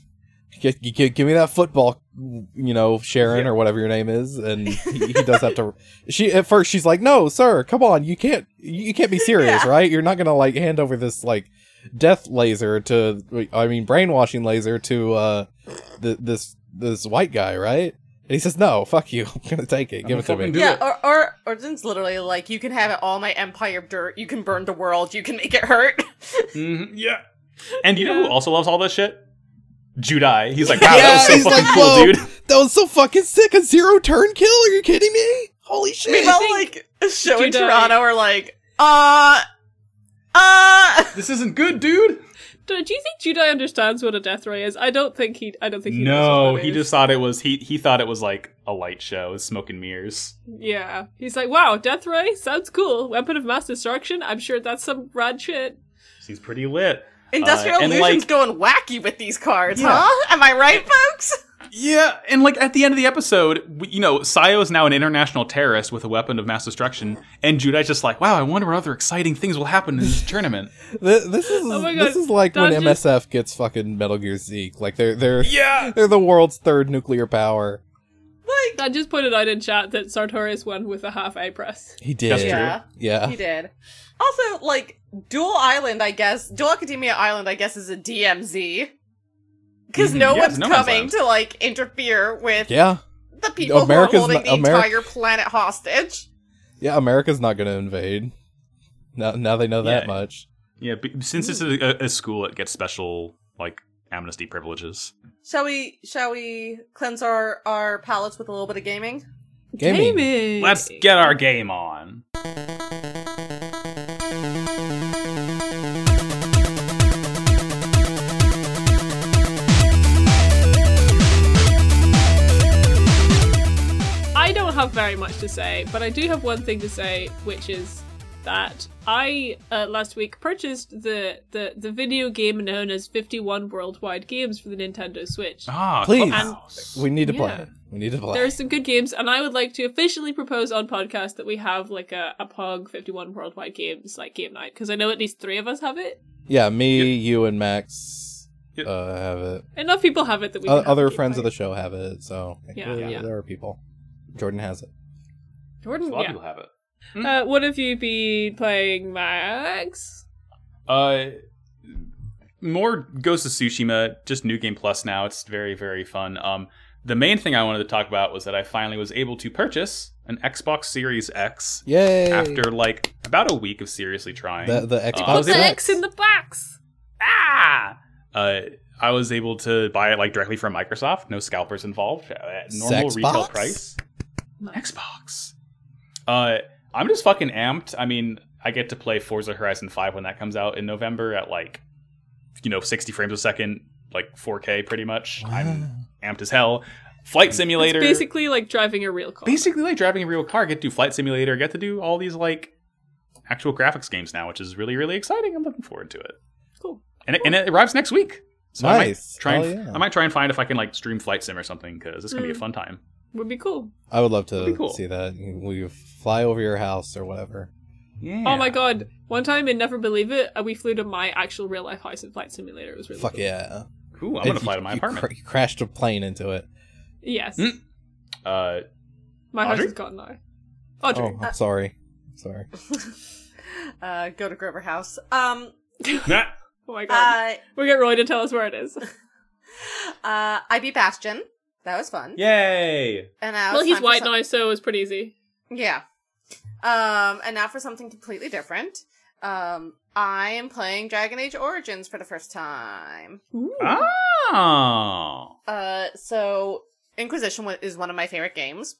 G- g- g- give me that football, you know, Sharon
Yeah.
or whatever your name is, and he, he does have to. She at first she's like, "No, sir, come on, you can't, you can't be serious,
Yeah.
right? You're not gonna like hand over this like death laser to, I mean, brainwashing laser to uh, th- this this white guy, right?" And he says, "No, fuck you, I'm gonna take it,
I'm
give
a
it to me."
fucking Do
Yeah,
it.
or, or Ojin's literally like, you can have it all my empire of dirt. You can burn the world. You can make it hurt.
Mhm, yeah. And you know who also loves all that shit? Judai. He's like, wow,
Yeah,
that was
he's
so fucking
like,
cool,
whoa.
dude.
That was so fucking sick. A zero turn kill? Are you kidding me? Holy shit!
Meanwhile,
think-
like, a show in
Judai-
Toronto are like, uh, uh.
This isn't good, dude.
Do, do you think Judai understands what a death ray is? I don't think he. I don't think he. knows
No,
what that
he
is.
just thought it was he he thought it was like a light show, smoke and mirrors.
Yeah, he's like, wow, death ray sounds cool. Weapon of mass destruction. I'm sure that's some rad shit.
She's pretty lit.
Industrial
Uh, and,
Illusion's
like-
going wacky with these cards,
Yeah.
huh? Am I right, folks?
Yeah, and like at the end of the episode, we, you know, Sayo is now an international terrorist with a weapon of mass destruction, and Judai's just like, "Wow, I wonder what other exciting things will happen in this tournament."
Th- this is
Oh my God,
this is like when
Dungeon-
MSF gets fucking Metal Gear Zeke. Like they're they're
yeah,
they're the world's third nuclear power.
Like,
I just pointed out in chat that Sartorius won with a half A press.
He
That's
did.
true. Uh.
yeah.
Yeah.
He did. Also, like Dual Island, I guess Dual Academia Island, I guess is a DMZ because
Mhm,
no
yes,
one's
no man's
coming
land.
to like interfere with
Yeah.
the people
America's
who are
not-
holding the
Ameri-
entire planet hostage.
Yeah, America's not gonna invade. Now now they know that
Yeah.
much.
yeah. But since it's a, a- a school, it gets special like amnesty privileges.
Shall we? Shall we cleanse our our palates with a little bit of gaming?
Gaming.
Let's get our game on.
I don't have very much to say, but I do have one thing to say, which is that, I uh, last week purchased the, the the video game known as 51 Worldwide Games for the Nintendo Switch.
Oh.
Ah,
Please.
Clubhouse.
We need to play
Yeah.
it. We need to play.
There are some good games, and I would like to officially propose on podcast that we have like a, a Pog 51 Worldwide Games like game night because I know at least three of us have it.
yeah, me, you, and Max
Yep.
uh, have it.
Enough people have it that we
O-
can have
other
a game
friends of
night.
the show have it, so
Yeah,
there,
yeah.
there are people. Jordan has it.
A
Jordan.
lot of
yeah.
people have it.
Uh, what have you been playing, Max?
Uh, more Ghost of Tsushima, just new game plus now. It's very very fun. Um, the main thing I wanted to talk about was that I finally was able to purchase an Xbox Series X
Yay!
after Oh, like about a week of seriously trying.
the, the Xbox.
I
Put
was
the
able-
X in the box.
ah, uh, I was able to buy it like directly from Microsoft. No scalpers involved. At normal
Sexbox?
retail price. Xbox. Uh, I'm just fucking amped. I mean, I get to play Forza Horizon 5 when that comes out in November at like, you know, 60 frames a second, like 4K pretty much. I'm amped as hell. Flight Simulator.
It's basically like driving a real car.
basically like driving a real car. Get to do Flight Simulator. Get to do all these like actual graphics games now, which is really really exciting. I'm looking forward to it.
Cool.
And it, and it arrives next week. So I
Nice.
might try and,
Hell yeah.
I might try and find if I can like stream Flight Sim or something because it's gonna be a
Mm.
fun time.
Would be cool.
I would love
That'd
to
be cool.
see that. We fly over your house or whatever.
Yeah.
Oh my god! One time in Never Believe It, uh, we flew to my actual real life house in Flight Simulator. It was really
Fuck
cool.
yeah!
Cool. I'm gonna
And
fly
you-
to my
you
apartment.
cra- you crashed a plane into it.
Yes,
Mm. Uh,
my
Audrey?
house is gone now. Audrey,
Oh, I'm sorry. Sorry.
uh, go to Grover House. Um,
nah.
oh my god,
uh,
we get Roy to tell us where it is.
uh, I beat Bastion. That was fun.
Yay!
And now
well,
it's
he's
time for
white
some-
now, so it was pretty easy.
Yeah. Um, and now for something completely different. Um, I am playing Dragon Age Origins for the first time.
Ooh.
Ah. Oh.
Uh, so Inquisition wa- is one of my favorite games,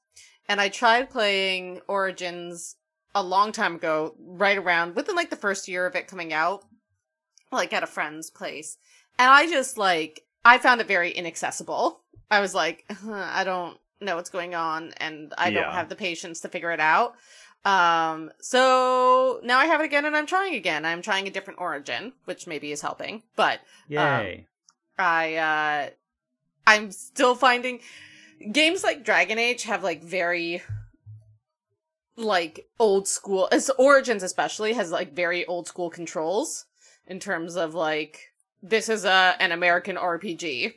and I tried playing Origins a long time ago, right around within like the first year of it coming out, like at a friend's place, and I just like I found it very inaccessible. I was like, "Huh, I don't know what's going on, and I
Yeah.
don't have the patience to figure it out. Um, so now I have it again, and I'm trying again. I'm trying a different origin, which maybe is helping, but
Yay.
I uh I'm still finding games like Dragon Age have like very like old school as Origins especially has like very old school controls in terms of like this is a an American RPG.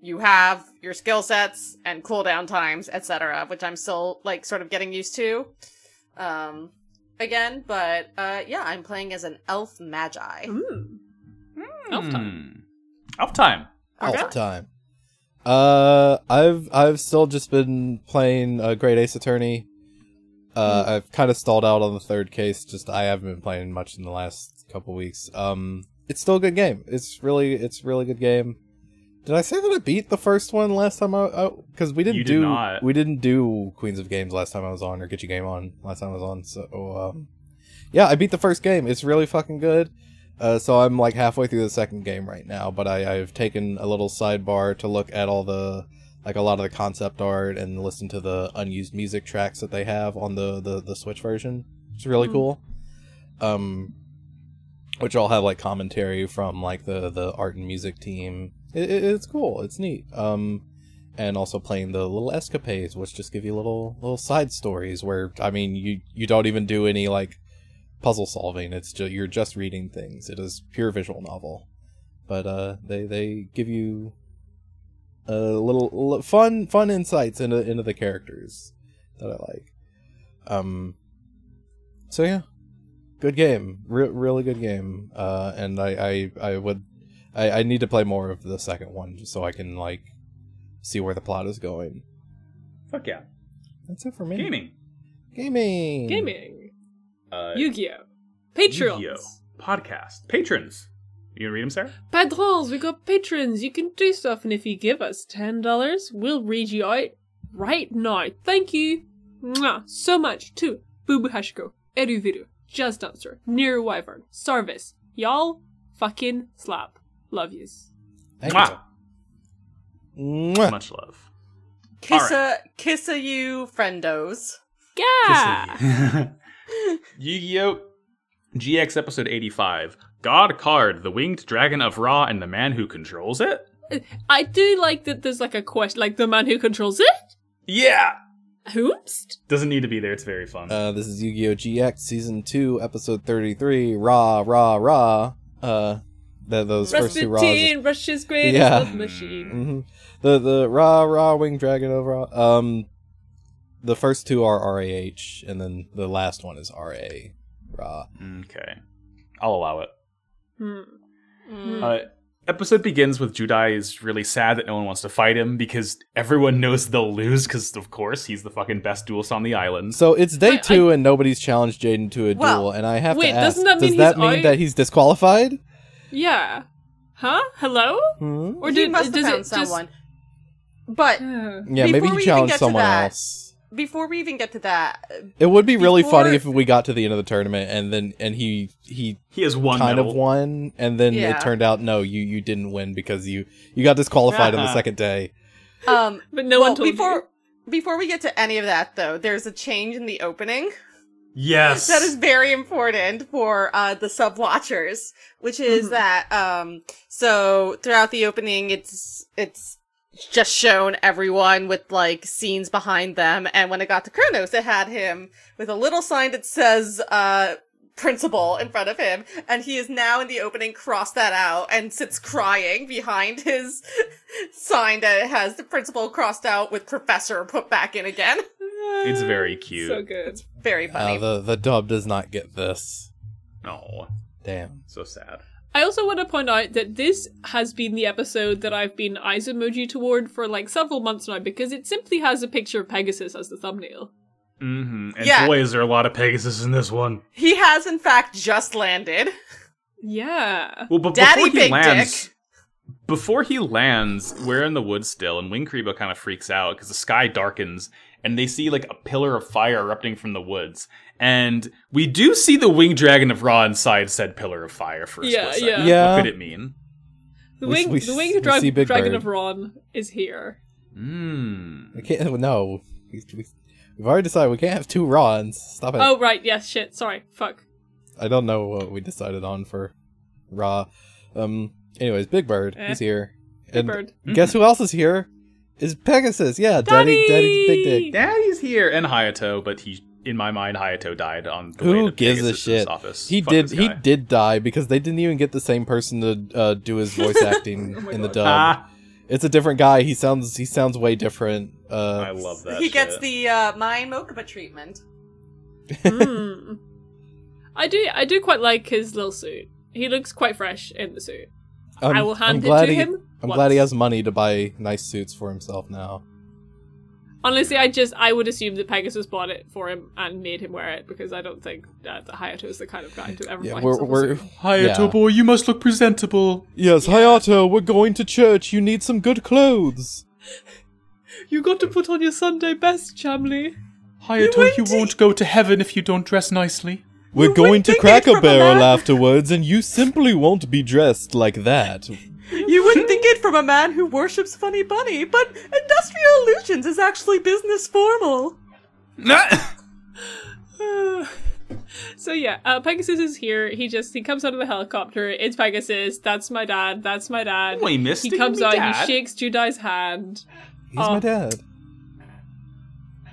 You have your skill sets and cooldown times, etc., which I'm still like sort of getting used to. Um again, but uh yeah, I'm playing as an elf magi.
Mm. Elf
time. Um, hmm. Elf time.
All
Okay.
the time. Uh, I've I've still just been playing uh, Great Ace Attorney.
Hmm.
Uh, I've kind of stalled out on the third case. Just I haven't been playing much in the last couple weeks. Um, it's still a good game. It's really it's really good game. Did I say that I beat the first one last time? I because we didn't
You did
do
not.
we didn't do Queens of Games last time I was on or Get Your Game on last time I was on. So um, yeah, I beat the first game. It's really fucking good. Uh, so I'm like halfway through the second game right now, but I, I've taken a little sidebar to look at all the like a lot of the concept art and listen to the unused music tracks that they have on the the, the Switch version. It's really
Hmm.
cool. Um, which all have like commentary from like the the art and music team. It, it, it's cool. It's neat. Um, and also playing the little escapades, which just give you little little side stories where I mean you you don't even do any like puzzle solving. It's just you're just reading things. It is pure visual novel, but uh, they they give you a little, li- fun fun insights into into the characters that I like. Um, so yeah, good game, Re- really good game. Uh, and I I I would I, I need to play more of the second one just so I can like see where the plot is going.
Fuck yeah.
That's it for me.
Gaming.
Gaming.
Mm. Gaming,
Uh,
Yu-Gi-Oh, Patreons,
Podcast. Patrons. You gonna read them, Sarah?
patrons. We got patrons. You can do stuff, and if you give us ten dollars, we'll read you out right now. Thank you, Mwah. so much to Boo Boo Hashiko, Eru Viru, Jazz Dumpster, Near Wyvern, Sarvis, y'all fucking slap. Love yous.
Thank
Mwah.
you. Mwah.
Much love.
Kiss a
Ah.
kiss a you friendos.
Yeah.
Yu Gi Oh! GX episode 85 God Card, the winged dragon of Ra and the man who controls it?
I do like that there's like a question, like the man who controls it?
Yeah!
Whoomst?
Doesn't need to be there. It's very fun.
Uh, this is Yu Gi Oh! GX Season 2, Episode 33, Ra, Ra, Ra. Uh, th- those first two Ra's.
Rasputin, Russia's greatest
Yeah.
love machine.
hmm The, the Ra, Ra, Wing Dragon of Ra. Um, the first two are RAH, and then the last one is RA, Ra.
okay. I'll allow it.
Hmm.
Mm.
Uh, episode begins with Judai is really sad that no one wants to fight him because everyone knows they'll lose because, of course, he's the fucking best duelist on the island.
So it's day
I-
two, and nobody's challenged Jaden to a
Well,
duel, and I have
wait,
to ask,
doesn't that
does
mean
that
he's
mean
out?
that he's disqualified?
Yeah. Huh? Hello?
Hmm?
Or
he
did,
must
does
have found
it
someone. But
just...
Yeah,
Before
maybe
we
he
even
challenged
get to
someone
that-
else.
before we even get to that,
It would be really
Before-
funny if we got to the end of the tournament and then and he he
He has one
kind of
medal.
won, and then
Yeah.
it turned out no, you you didn't win because you you got disqualified on the
Uh-huh.
second day.
um,
But no one
well,
told
before
you.
before we get to any of that though, there's a change in the opening.
Yes.
that is very important for uh, the sub watchers, which is
Mhm.
that um, so throughout the opening, it's it's just shown everyone with like scenes behind them, and when it got to Kronos, it had him with a little sign that says uh, "Principal" in front of him, and he is now in the opening crossed that out and sits crying behind his sign that has the principal crossed out with professor put back in again.
It's very cute.
So good.
Very
Uh,
funny.
the the dub does not get this.
No.
Damn.
Oh, So sad.
I also want to point out that this has been the episode that I've been eyes emoji toward for like several months now because it simply has a picture of Pegasus as the thumbnail.
Mm-hmm. And
Yeah.
boy, is there a lot of Pegasus in this one.
He has, in fact, just landed.
Yeah.
Well, but
Daddy
before he
Big
lands,
Dick.
before he lands, we're in the woods still, and Wing Kribo kind of freaks out because the sky darkens, and they see like a pillar of fire erupting from the woods, and we do see the winged dragon of Ra inside said pillar of fire for a
Yeah,
split second.
yeah.
Yeah.
What could it mean?
The
We-
wing,
we
the
s-
wing
we
dra-
see Big
dragon
Bird.
of Ron is here.
Hmm.
We can't. No, we, we, have already decided we can't have two Rons. Stop it.
Oh right, yes, shit. Sorry, fuck.
I don't know what we decided on for Ra. Um. Anyways, Big Bird,
Eh.
he's here.
Big Bird.
Guess who else is here? Is Pegasus? Yeah, Daddy,
Daddy!
Daddy's Big Dick.
Daddy's here, and Hayato, but he, in my mind, Hayato died on the way
Who
to
gives a
Pegasus's
shit?
Office.
He
Fuck
did.
this
He
guy.
did die because they didn't even get the same person to uh, do his voice acting
Oh my
in the
God.
dub.
Ah,
It's a different guy. He sounds he sounds way different.
I
Uh,
love that.
he gets
shit.
the uh, Mayan Mokuba treatment.
Hmm. I do I do quite like his little suit. He looks quite fresh in the suit.
I'm,
I will hand
I'm
it
glad
to
he,
him.
I'm
once.
glad he has money to buy nice suits for himself now.
Honestly, I just I would assume that Pegasus bought it for him and made him wear it because I don't think that Hayato is the kind of guy to ever
Yeah,
buy
we're,
himself a
we're
suit.
Hayato
Yeah.
boy, you must look presentable.
yes, Hayato. We're going to church. You need some good clothes.
You got to put on your Sunday best, Chamley.
Hayato, you won't go to heaven if you don't dress nicely.
We're
You
going
wouldn't
to
think
Cracker
it from a
Barrel
man.
afterwards, and you simply won't be dressed like that.
You wouldn't think it from a man who worships Funny Bunny, but Industrial Illusions is actually business formal.
so yeah, uh, Pegasus is here. He just he comes out of the helicopter. It's Pegasus. That's my dad. That's my dad.
Oh, he missed
he
it,
comes
me
out.
dad.
He shakes Judai's hand.
He's my
Oh.
dad.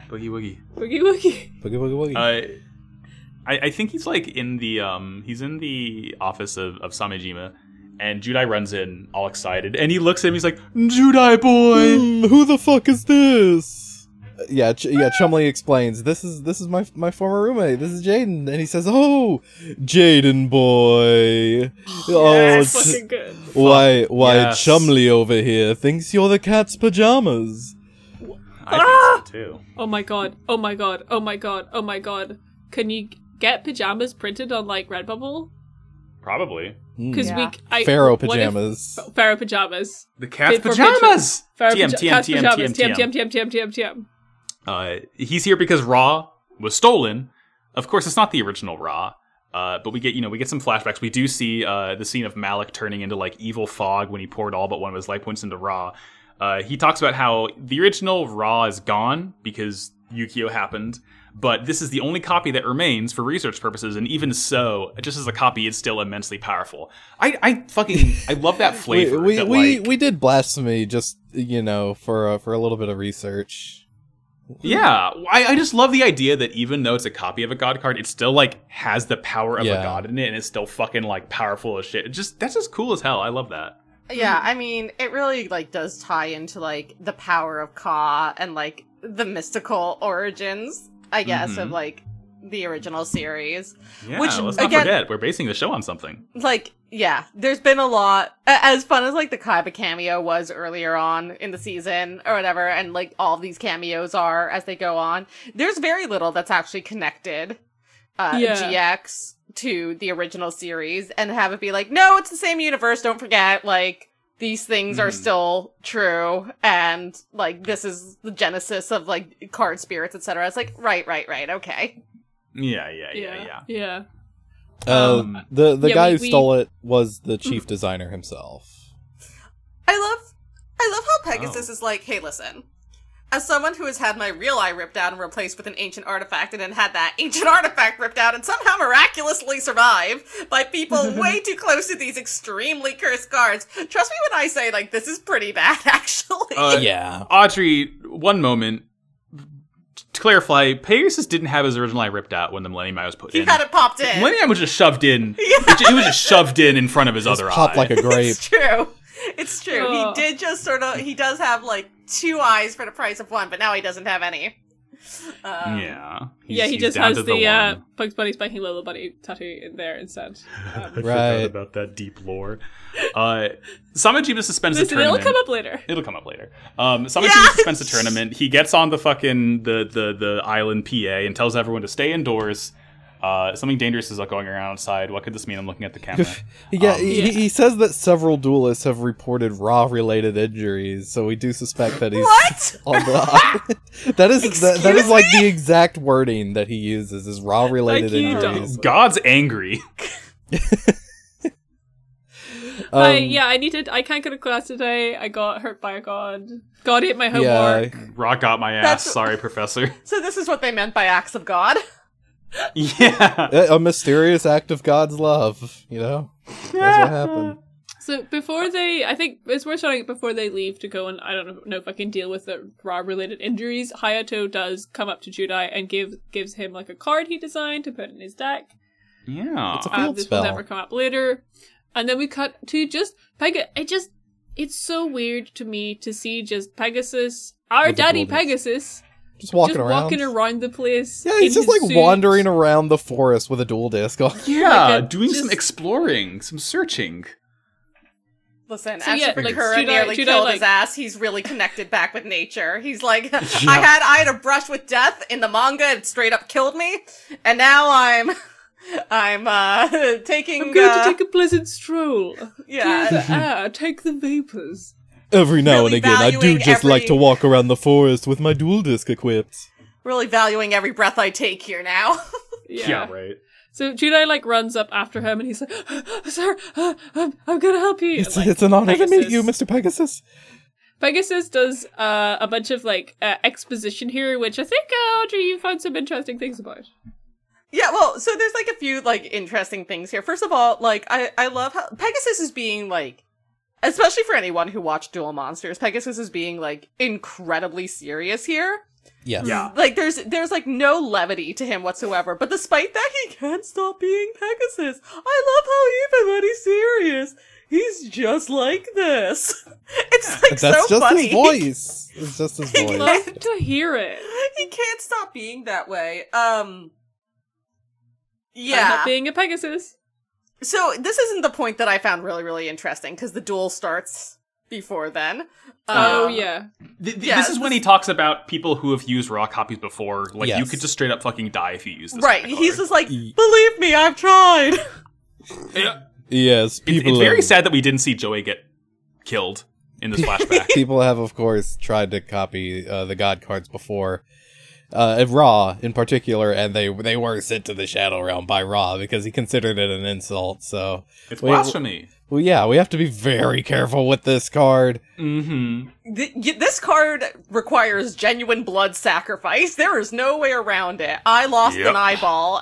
Boogie woogie.
Boogie woogie.
Boogie woogie woogie.
Uh, I, I think he's like in the um he's in the office of, of Samejima and Judai runs in all excited and he looks at him he's like Judai boy
Hmm, who the fuck is this? Uh, Yeah, Ch- yeah. Chumley explains. This is this is my my former roommate. This is Jaden, and he says, "Oh, Jaden boy. oh,
That's
Ch-
fucking good.
why why
yes.
Chumley over here thinks you're the cat's pajamas."
I think so too.
Oh my god. Oh my god. Oh my god. Oh my god. Can you get pajamas printed on like Redbubble?
Probably.
Hmm.
Because
Yeah.
we I,
Pharaoh
what if-
pajamas.
Pharaoh pajamas.
The cat's
Fit for
pajamas.
Pharaoh
TM,
paja-
TM,
cat's
TM,
pajamas.
TM,
TM TM TM TM TM.
Uh, he's here because Ra was stolen. Of course, it's not the original Ra, uh, but we get you know we get some flashbacks. We do see uh, the scene of Malik turning into like evil fog when he poured all but one of his life points into Ra. Uh, he talks about how the original Ra is gone because Yukio happened, But this is the only copy that remains for research purposes, and even so, just as a copy, it's still immensely powerful. I, I fucking I love that
We
flavor.
we,
that,
we,
like,
we did blasphemy just you know for uh, for a little bit of research.
Yeah, I, I just love the idea that even though it's a copy of a god card, it still like has the power of
Yeah.
a god in it, and it's still fucking like powerful as shit. It just that's just cool as hell. I love that.
Yeah, I mean, it really like does tie into like the power of Ka and like the mystical origins, I guess, of
Mhm.
like the original series.
Yeah,
Which,
let's not
again-
forget we're basing the show on something.
Like, yeah, there's been a lot a- as fun as like the Kaiba cameo was earlier on in the season or whatever, and like all these cameos are as they go on. There's very little that's actually connected uh
Yeah.
GX to the original series and have it be like, no, it's the same universe, don't forget, like these things are
Mhm.
still true and like this is the genesis of like card spirits etc it's like right right right okay
Yeah, yeah, yeah, yeah.
yeah, yeah.
Uh,
Um,
the the
yeah,
guy
we-
who
we-
stole it was the chief designer himself.
i love i love how pegasus is like hey listen as someone who has had my real eye ripped out and replaced with an ancient artifact and then had that ancient artifact ripped out and somehow miraculously survived by people way too close to these extremely cursed cards trust me when i say like this is pretty bad actually
Oh,
Uh,
yeah,
Audrey, one moment. To clarify, Pegasus didn't have his original eye ripped out when the Millennium Eye was put
he
in.
had it popped in
Millennium Eye was just shoved in. It, ju- it was just shoved in in front of his
just
other
popped
eye.
like a grape.
It's true. It's true.
Oh.
He did just sort of. He does have like two eyes for the price of one, but now he doesn't have any. Um,
yeah. He's-
yeah, he
he's
just
down
has
to
the, uh,
one.
Bugs Bunny spiking Lola Bunny tattoo in there instead. Um,
I
Right.
forgot about that deep lore. Uh, Samajiba suspends the
listen, it'll
tournament.
come up later.
It'll come up later. Um, Samajiba
Yeah.
suspends the tournament. He gets on the fucking the the the island PA and tells everyone to stay indoors. Uh, something dangerous is like, going around outside. What could this mean? I'm looking at the camera.
Yeah,
Um,
he,
Yeah.
he says that several duelists have reported raw related injuries, so we do suspect that he's
What?
on the. that is that, that is
Excuse
like the exact wording that he uses is raw related
you, Doc.
injuries.
God's angry.
I,
Um,
yeah, I needed. I can't go to class today. I got hurt by a god. God ate my
yeah,
homework.
Rock out my ass.
That's-
Sorry, Professor.
So this is what they meant by acts of God.
yeah.
a, a mysterious act of God's love. You know, that's what happened.
So before they, I think it's worth showing before they leave to go and I don't know if I can deal with the raw related injuries. Hayato does come up to Judai and give gives him like a card he designed to put in his deck.
Yeah.
It's a
Um,
field
this
spell.
will never come up later. And then we cut to just Pegasus. It just it's so weird to me to see just Pegasus, our
With the
daddy
borders.
Pegasus,
Just walking
just
around.
walking around the place.
Yeah, he's
in
just
his
like
suit.
wandering around the forest with a dual disc. on.
yeah,
Like a-
doing some
just-
exploring, some searching.
Listen,
So
after
yeah,
like,
Bakura
should I-
nearly
should I,
killed
like-
his ass, he's really connected back with nature. He's like, I
Yeah.
had I had a brush with death in the manga. It straight up killed me, and now I'm. I'm uh taking
I'm going
uh,
to take a pleasant stroll.
yeah
Clear the air, take the vapors.
Every now
Really
and again, I do
valuing
just like
every-
to walk around the forest with my dual disc equipped.
really valuing every breath I take here now.
Yeah.
right.
So Judai like runs up after him and he's like, "Sir, uh, I'm, I'm gonna help you."
It's,
Like,
it's an honor to meet
Pegasus.
you, Mr. Pegasus.
Pegasus does uh, a bunch of like uh, exposition here, which I think uh, Audrey you found some interesting things about.
Yeah, well, so there's like a few like interesting things here. First of all, like I I love how Pegasus is being like especially for anyone who watched Duel Monsters, Pegasus is being like incredibly serious here.
Yes.
Yeah.
Like there's there's like no levity to him whatsoever, but despite that he can't stop being Pegasus. I love how even when he's serious, he's just like this. It's like
That's
so
just
funny.
his voice. It's just his
He
voice.
Love to hear it.
He can't stop being that way. Um
I'm not
yeah.
being a Pegasus.
So this isn't the point that I found really, really interesting because the duel starts before then.
Oh
Um,
yeah,
Th- th-
Yeah,
this is when he talks about people who have used raw copies before. Like you
Yes.
could just straight up fucking die if you use this.
Right.
kind of
He's
card.
just like,
Ye-
believe me, I've tried.
Yeah.
Yes,
It's,
people.
it's very
have,
sad that we didn't see Joey get killed in this flashback.
People have, of course, tried to copy uh, the God cards before, uh, and Ra in particular, and they they were sent to the Shadow Realm by Ra because he considered it an insult. So
It's
Wait,
blasphemy.
Well, yeah, we have to be very careful with this card.
Mm-hmm.
Th- y- this card requires genuine blood sacrifice. There is no way around it. I lost
Yep.
an eyeball.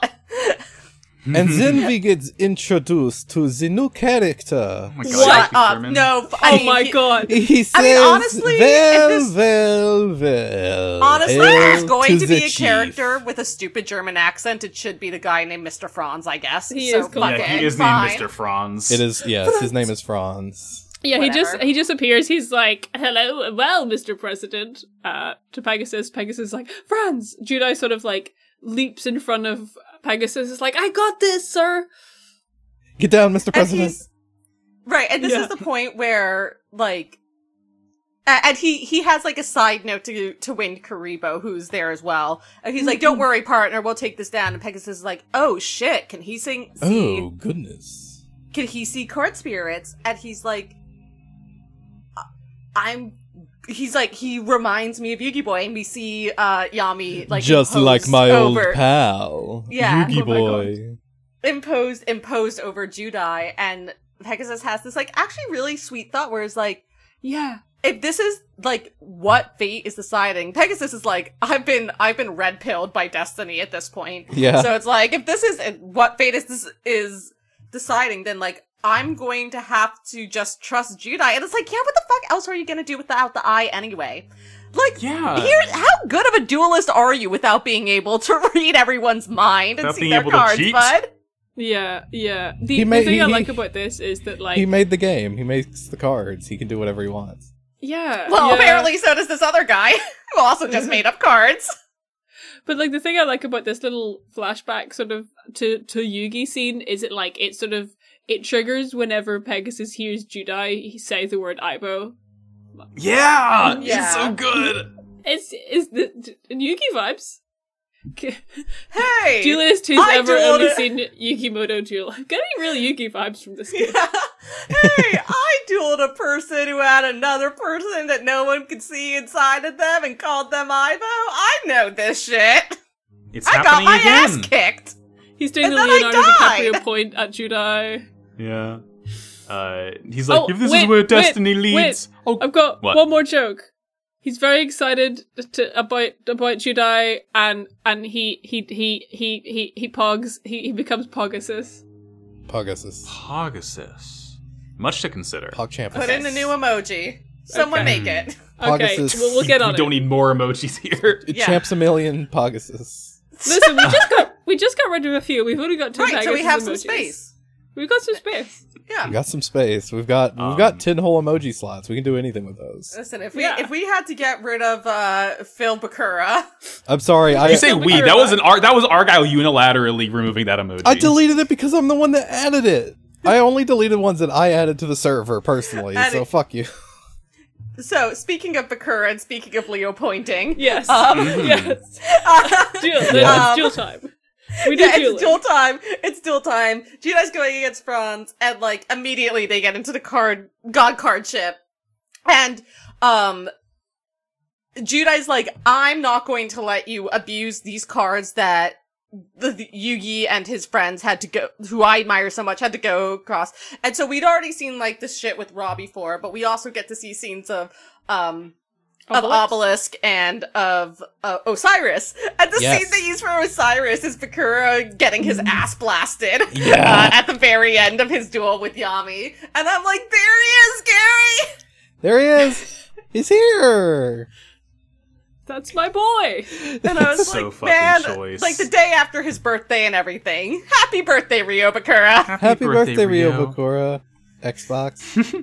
And then we get introduced to the new character.
my
Shut
Keith
up.
Thurman.
No. f- I
Oh
mean,
my
he-
god.
He says,
I mean, honestly, if
well,
this-
well, well.
Honestly,
hail
if there's going to,
the
be a
chief."
character with a stupid German accent, it should be the guy named Mr. Franz, I guess.
He
so
is called-
fuck
Yeah,
it,
he is
fine.
named Mr. Franz.
It is, yes, his name is Franz.
Yeah, he just
Whatever.
he just appears. He's like, "Hello, well, Mister President." Uh, to Pegasus, Pegasus is like, "Franz." Judai sort of like leaps in front of Pegasus. Is like, "I got this, sir."
Get down, Mr.
And
President.
he's- right, and this
Yeah.
is the point where like a- and he he has like a side note to to Wind Karibo, who's there as well. And he's like,
Mm-hmm.
Don't worry, partner, we'll take this down. And Pegasus is like, Oh shit, can he sing see
Oh, goodness.
can he see court spirits? And he's like, "I- I'm. He's like, he reminds me of Yugi Boy, and we see uh, Yami like
Just
impose
like my
over-
old pal,
Yeah.
Yugi
Oh my
Boy.
imposed imposed over Judai, and Pegasus has this like actually really sweet thought where it's like,
Yeah,
if this is like what fate is deciding, Pegasus is like, I've been I've been red pilled by destiny at this point.
Yeah.
So it's like if this is uh, what fate is this is deciding, then like I'm going to have to just trust Judai. And it's like, yeah, what the fuck else are you gonna do without the eye anyway? Like
Yeah.
here how good of a duelist are you without being able to read everyone's mind and
Without
see
being
their
able to
cards,
cheat?
bud?
yeah, yeah. The,
He ma-
the thing I
he-
like about this is that, like,
he made the game. He makes the cards. He can do whatever he wants.
yeah.
Well,
yeah.
apparently so does this other guy who also just made up cards.
But like the thing I like about this little flashback sort of to to Yugi scene is it like it sort of it triggers whenever Pegasus hears Judai he say the word Ibo.
Yeah,
Yeah.
it's so good.
It's is the Yugi vibes. K-
Hey,
Duelist who's
I
ever only
dueled-
seen Yukimoto duel. Getting real Yugi vibes from this game.
Yeah. hey, I dueled a person who had another person that no one could see inside of them and called them Ivo. I know this shit.
It's
I got
happening
my
again.
ass kicked.
He's doing
And
the
then I
Leonardo
died!
DiCaprio point at Judai.
Yeah. Uh, he's like,
Oh,
if this
wait,
is where
wait,
destiny
wait.
leads. Oh,
I've got
What?
one more joke. He's very excited to, about about Judai, and and he he he he he he pogs he, he becomes Pogasus.
Pegasus.
Pegasus. Much to consider.
Pog Champion.
Put in a new emoji. Someone
Okay.
make it.
Okay,
Pogasus.
we'll, we'll
We-
get
we
on
don't e-
it.
need more emojis here.
Yeah.
Champs a million Pegasus.
Listen, we just got we just got rid of a few. We've only got two.
right, so
Pegasus
we have some
emojis.
space.
We've got some space.
Yeah.
We got some space. We've got we've got
Um,
ten whole emoji slots. We can do anything with those.
Listen, if we
Yeah.
if we had to get rid of uh Phil Bakura,
I'm sorry. I
You say
we
we?
are
That was
not.
an ar- that was Argyle unilaterally removing that emoji.
I deleted it because I'm the one that added it. I only deleted ones that I added to the server personally.
Add
so
it.
fuck you.
so speaking of Bakura and speaking of Leo pointing,
Yes.
um,
yes. Duel.
Yeah.
It's duel time. We do
yeah,
dueling.
it's duel time. It's duel time. Judai's going against Franz, and like immediately they get into the card god card ship, and um, Judai's like, I'm not going to let you abuse these cards that the, the Yugi and his friends had to go, who I admire so much, had to go across. And so we'd already seen like this shit with Rob before, but we also get to see scenes of um of Obelisk and of uh, Osiris. And the
Yes. Mm.
scene they use for Osiris is Bakura getting his ass blasted
Yeah.
uh, at the very end of his duel with Yami. And I'm like, there he is, Gary!
There he is. He's here.
That's my boy.
And I was
So
like,
fucking
man,
choice.
like the day after his birthday and everything. Happy birthday, Rio Bakura!
Happy birthday, Rio Bakura. Xbox.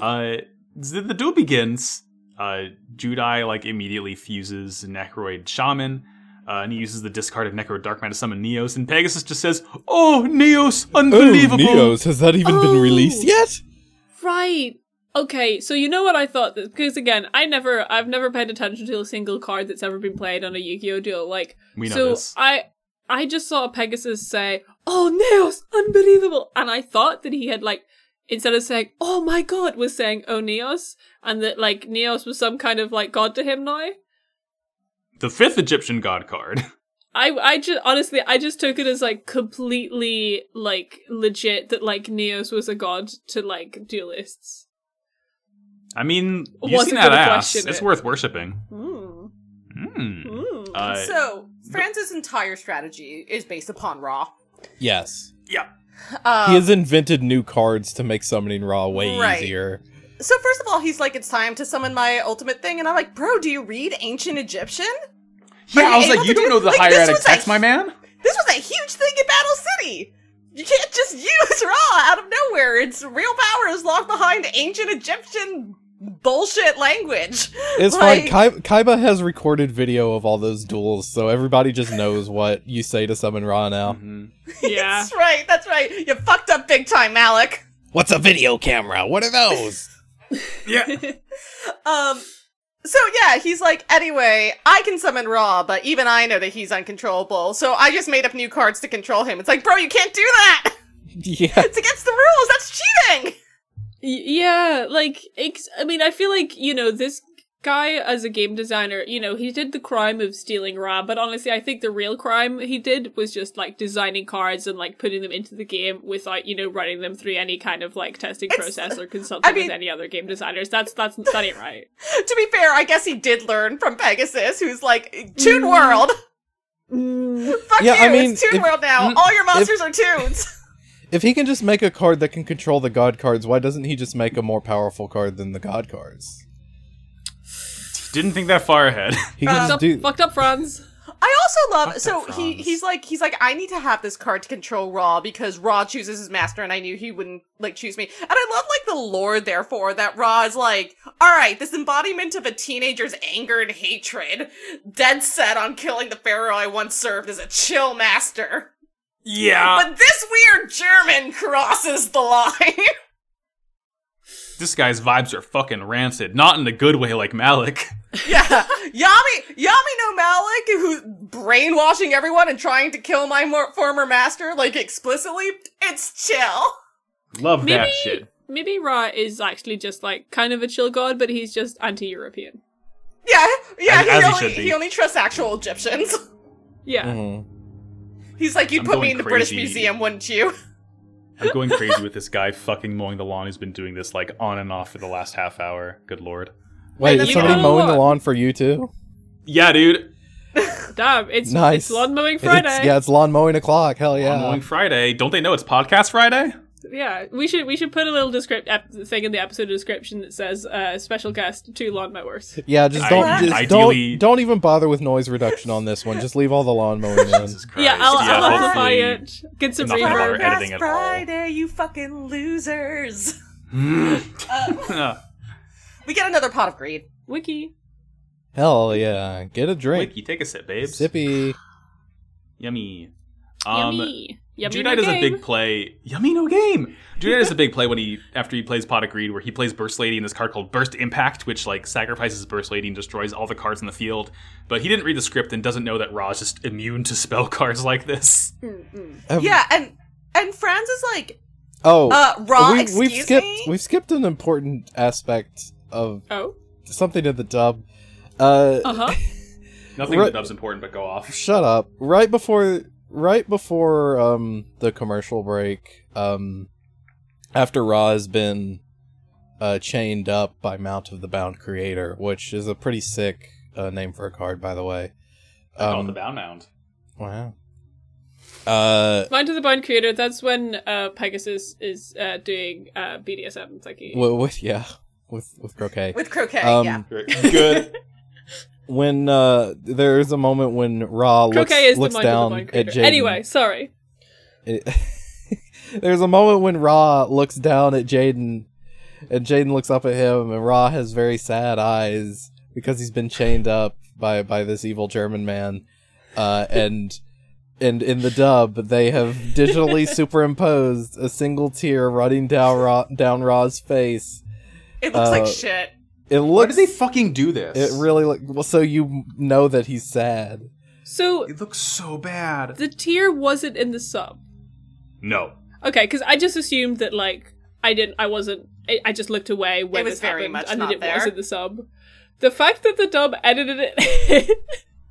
Uh, the, the duel begins. Uh, Judai like immediately fuses Necroid Shaman, uh, and he uses the discard of Necro Darkman to summon Neos. And Pegasus just says, "Oh, Neos, unbelievable!"
has that even
been Oh. released
yet?
Right. Okay, so you know what I thought that- because again, I never I've never paid attention to a single card that's ever been played on a Yu-Gi-Oh duel. Like
We know
so uh,
this.
I I just saw Pegasus say, "Oh, Neos, unbelievable." And I thought that he had like instead of saying, "Oh my god," was saying, "Oh, Neos," and that like Neos was some kind of like god to him now.
The fifth Egyptian god card.
I I just honestly I just took it as like completely like legit that like Neos was a god to like duelists.
I mean,
Well,
you've
it's
seen
a
that
good
ass.
question.
It's worth worshiping.
Mm.
Mm.
Hmm.
Mm.
Uh,
so Franz's entire strategy is based upon Raw.
Yes.
Yeah.
he
Um,
has invented new cards to make summoning Raw way
Right.
easier.
so first of all, he's like, "It's time to summon my ultimate thing," and I'm like, "Bro, do you read ancient Egyptian?
Yeah, I was
able
like, you
to
don't
do-
know the
like, this
hieratic
was a
text, my man?
This was a huge thing in Battle City. You can't just use Raw out of nowhere. Its real power is locked behind ancient Egyptian bullshit language."
It's
Like-
fine. Kai- Kaiba has recorded video of all those duels, so everybody just knows what you say to summon Raw now.
Mm-hmm.
Yeah.
That's right. That's right. You fucked up big time, Malik.
What's a video camera? What are those?
Yeah.
Um. So yeah, he's like, anyway, I can summon Raw, but even I know that he's uncontrollable. So I just made up new cards to control him. It's like, bro, you can't do that.
yeah.
It's against the rules. That's cheating.
Y- yeah like ex- i mean i feel like you know this guy as a game designer you know he did the crime of stealing ra but honestly i think the real crime he did was just like designing cards and like putting them into the game without you know running them through any kind of like testing
It's-
process or consulting
mean-
with any other game designers that's that's that ain't right
to be fair, I guess he did learn from Pegasus, who's like, Toon World. Fuck
Mm-hmm. Yeah,
you.
I mean,
it's Toon
if-
World now.
mm,
All your monsters are Toons.
If he can just make a card that can control the god cards, why doesn't he just make a more powerful card than the god cards?
Didn't think that far ahead.
He can just
Fucked
do.
up, fucked up franz
I also love.
that
so he
Franz.
he's like he's like I need to have this card to control Raw because Raw chooses his master, and I knew he wouldn't like choose me. And I love like the lore, therefore, that Raw is like, all right, this embodiment of a teenager's anger and hatred, dead set on killing the pharaoh I once served as a chill master.
yeah.
But this weird German crosses the line.
This guy's vibes are fucking rancid. Not in a good way like Malik.
Yeah, Yami, Yami no Malik, who's brainwashing everyone and trying to kill my mor- former master, like explicitly. It's chill.
Love
maybe
that shit.
maybe ra is actually just like kind of a chill god but he's just anti-european
Yeah, yeah.
As- as
he,
he
only,
should be.
he only trusts actual Egyptians.
yeah
Mhm.
He's like, you'd
I'm
put
going
me in the British
crazy.
Museum, wouldn't you?
I'm going crazy with this guy fucking mowing the lawn who's been doing this like on and off for the last half hour. Good lord.
Wait,
Wait,
is
you
somebody
know
mowing
what?
the lawn for you too?
Yeah, dude.
damn it's
Mm. Nice.
it's lawn mowing friday
It's, yeah, it's lawn mowing o'clock. Hell yeah.
Lawn Mowing Friday. Don't they know it's podcast Friday?
Yeah, we should we should put a little descript ep- thing in the episode description that says uh, special guest two lawnmowers.
Yeah, just
I-
don't, just
ideally-
don't, don't even bother with noise reduction on this one. Just leave all the lawn mowing in.
Yeah, I'll,
Christ.
I'll amplify
hopefully-
it. Get some
Not that we're
reverb.
editing at all.
Friday, you fucking losers. We get another pot of greed.
Wiki.
Hell yeah, get a drink,
Wiki, take a sip, babes.
sippy.
Yummy. Um,
yummy. Yummy.
Judite
no
is a
game.
big play. Yummy no game. Judite is a big play when he after he plays Pot of Greed, where he plays Burst Lady in this card called Burst Impact, which like sacrifices Burst Lady and destroys all the cards in the field. But he didn't read the script and doesn't know that Ra is just immune to spell cards like this.
Have-
Yeah, and and Franz is like,
Um, Oh,
uh, Raw,
we,
excuse
we've skipped
me?
we've skipped an important aspect of
Oh.
something in the dub. Uh,
Uh huh.
Nothing
Ra-
that dub's important, but go off.
shut up! Right before right before um the commercial break, um, after Ra has been uh chained up by Mount of the Bound Creator, which is a pretty sick uh, name for a card, by the way.
I call it
Um,
the Bound Mound.
Wow. Uh,
Mind to the Bone Creator. That's when uh, Pegasus is uh, doing uh, BDSM thingy.
with, with yeah, with with croquet.
with croquet.
um,
yeah,
Good.
when uh, there is a moment when Ra looks,
Croquet is the
looks
Mind to the
down
Bone
at
Creator.
Jaden.
Anyway, sorry.
It- there's a moment when Ra looks down at Jaden, and Jaden looks up at him, and Ra has very sad eyes because he's been chained up by by this evil German man, uh, and. And in the dub, they have digitally superimposed a single tear running down Ra- down Ra's face.
it looks like
uh,
shit.
It
Why
looks
did they fucking do this?
It really look well, so you know that he's sad.
So
It looks so bad.
the tier wasn't in the sub.
No.
Okay, because I just assumed that like I didn't, I wasn't, I, I just looked away when
It was
this
very
happened,
much
and
not
that it was
there.
in the sub. The fact that the dub edited it,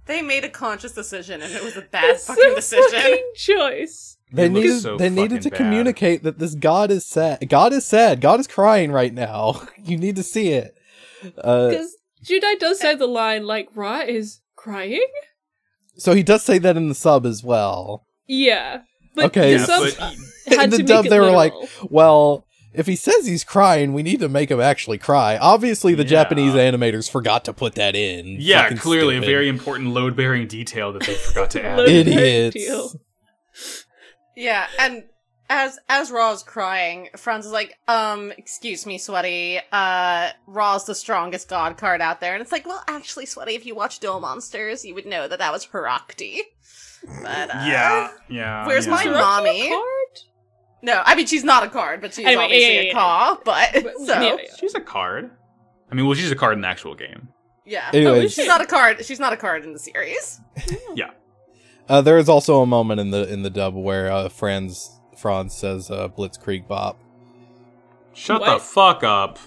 They made a conscious decision, and it was a bad
It's
fucking
a
decision.
fucking choice.
They
It looks
needed
so
they needed
fucking
to
bad.
communicate that this god is sad. God is sad. God is crying right now. You need to see it. Uh,
Because Judai does say the line like Ra is crying.
so he does say that in the sub as well.
Yeah. But
Okay,
the
yeah,
sub
but
had
in the
to
dub,
make it
they were
literal.
like, "Well, if he says he's crying, we need to make him actually cry." Obviously, the
Yeah.
Japanese animators forgot to put that in.
yeah,
Fucking
clearly
stupid.
a very important load bearing detail that they forgot to add.
Load-
idiots.
deal.
Yeah, and as as Roz crying, Franz is like, um, excuse me, sweaty. Uh Ra's the strongest god card out there. And it's like, well, actually, sweaty, if you watch Duel Monsters, you would know that that was Herakti. But uh,
yeah, yeah.
Where's
yeah.
my
Is Rocky a
mommy?
card?
No, I mean she's not a card, but she's
Anyway, yeah,
obviously
yeah,
a
yeah.
call, but,
But-
so
yeah,
yeah.
yeah.
She's a card. I mean, well, she's a card in the actual game.
is
Anyways,
she?
She's not a card. She's not a card in the series.
uh, there is also a moment in the in the dub where uh, Franz Franz says uh, "Blitzkrieg Bop."
Shut the
What?
fuck up.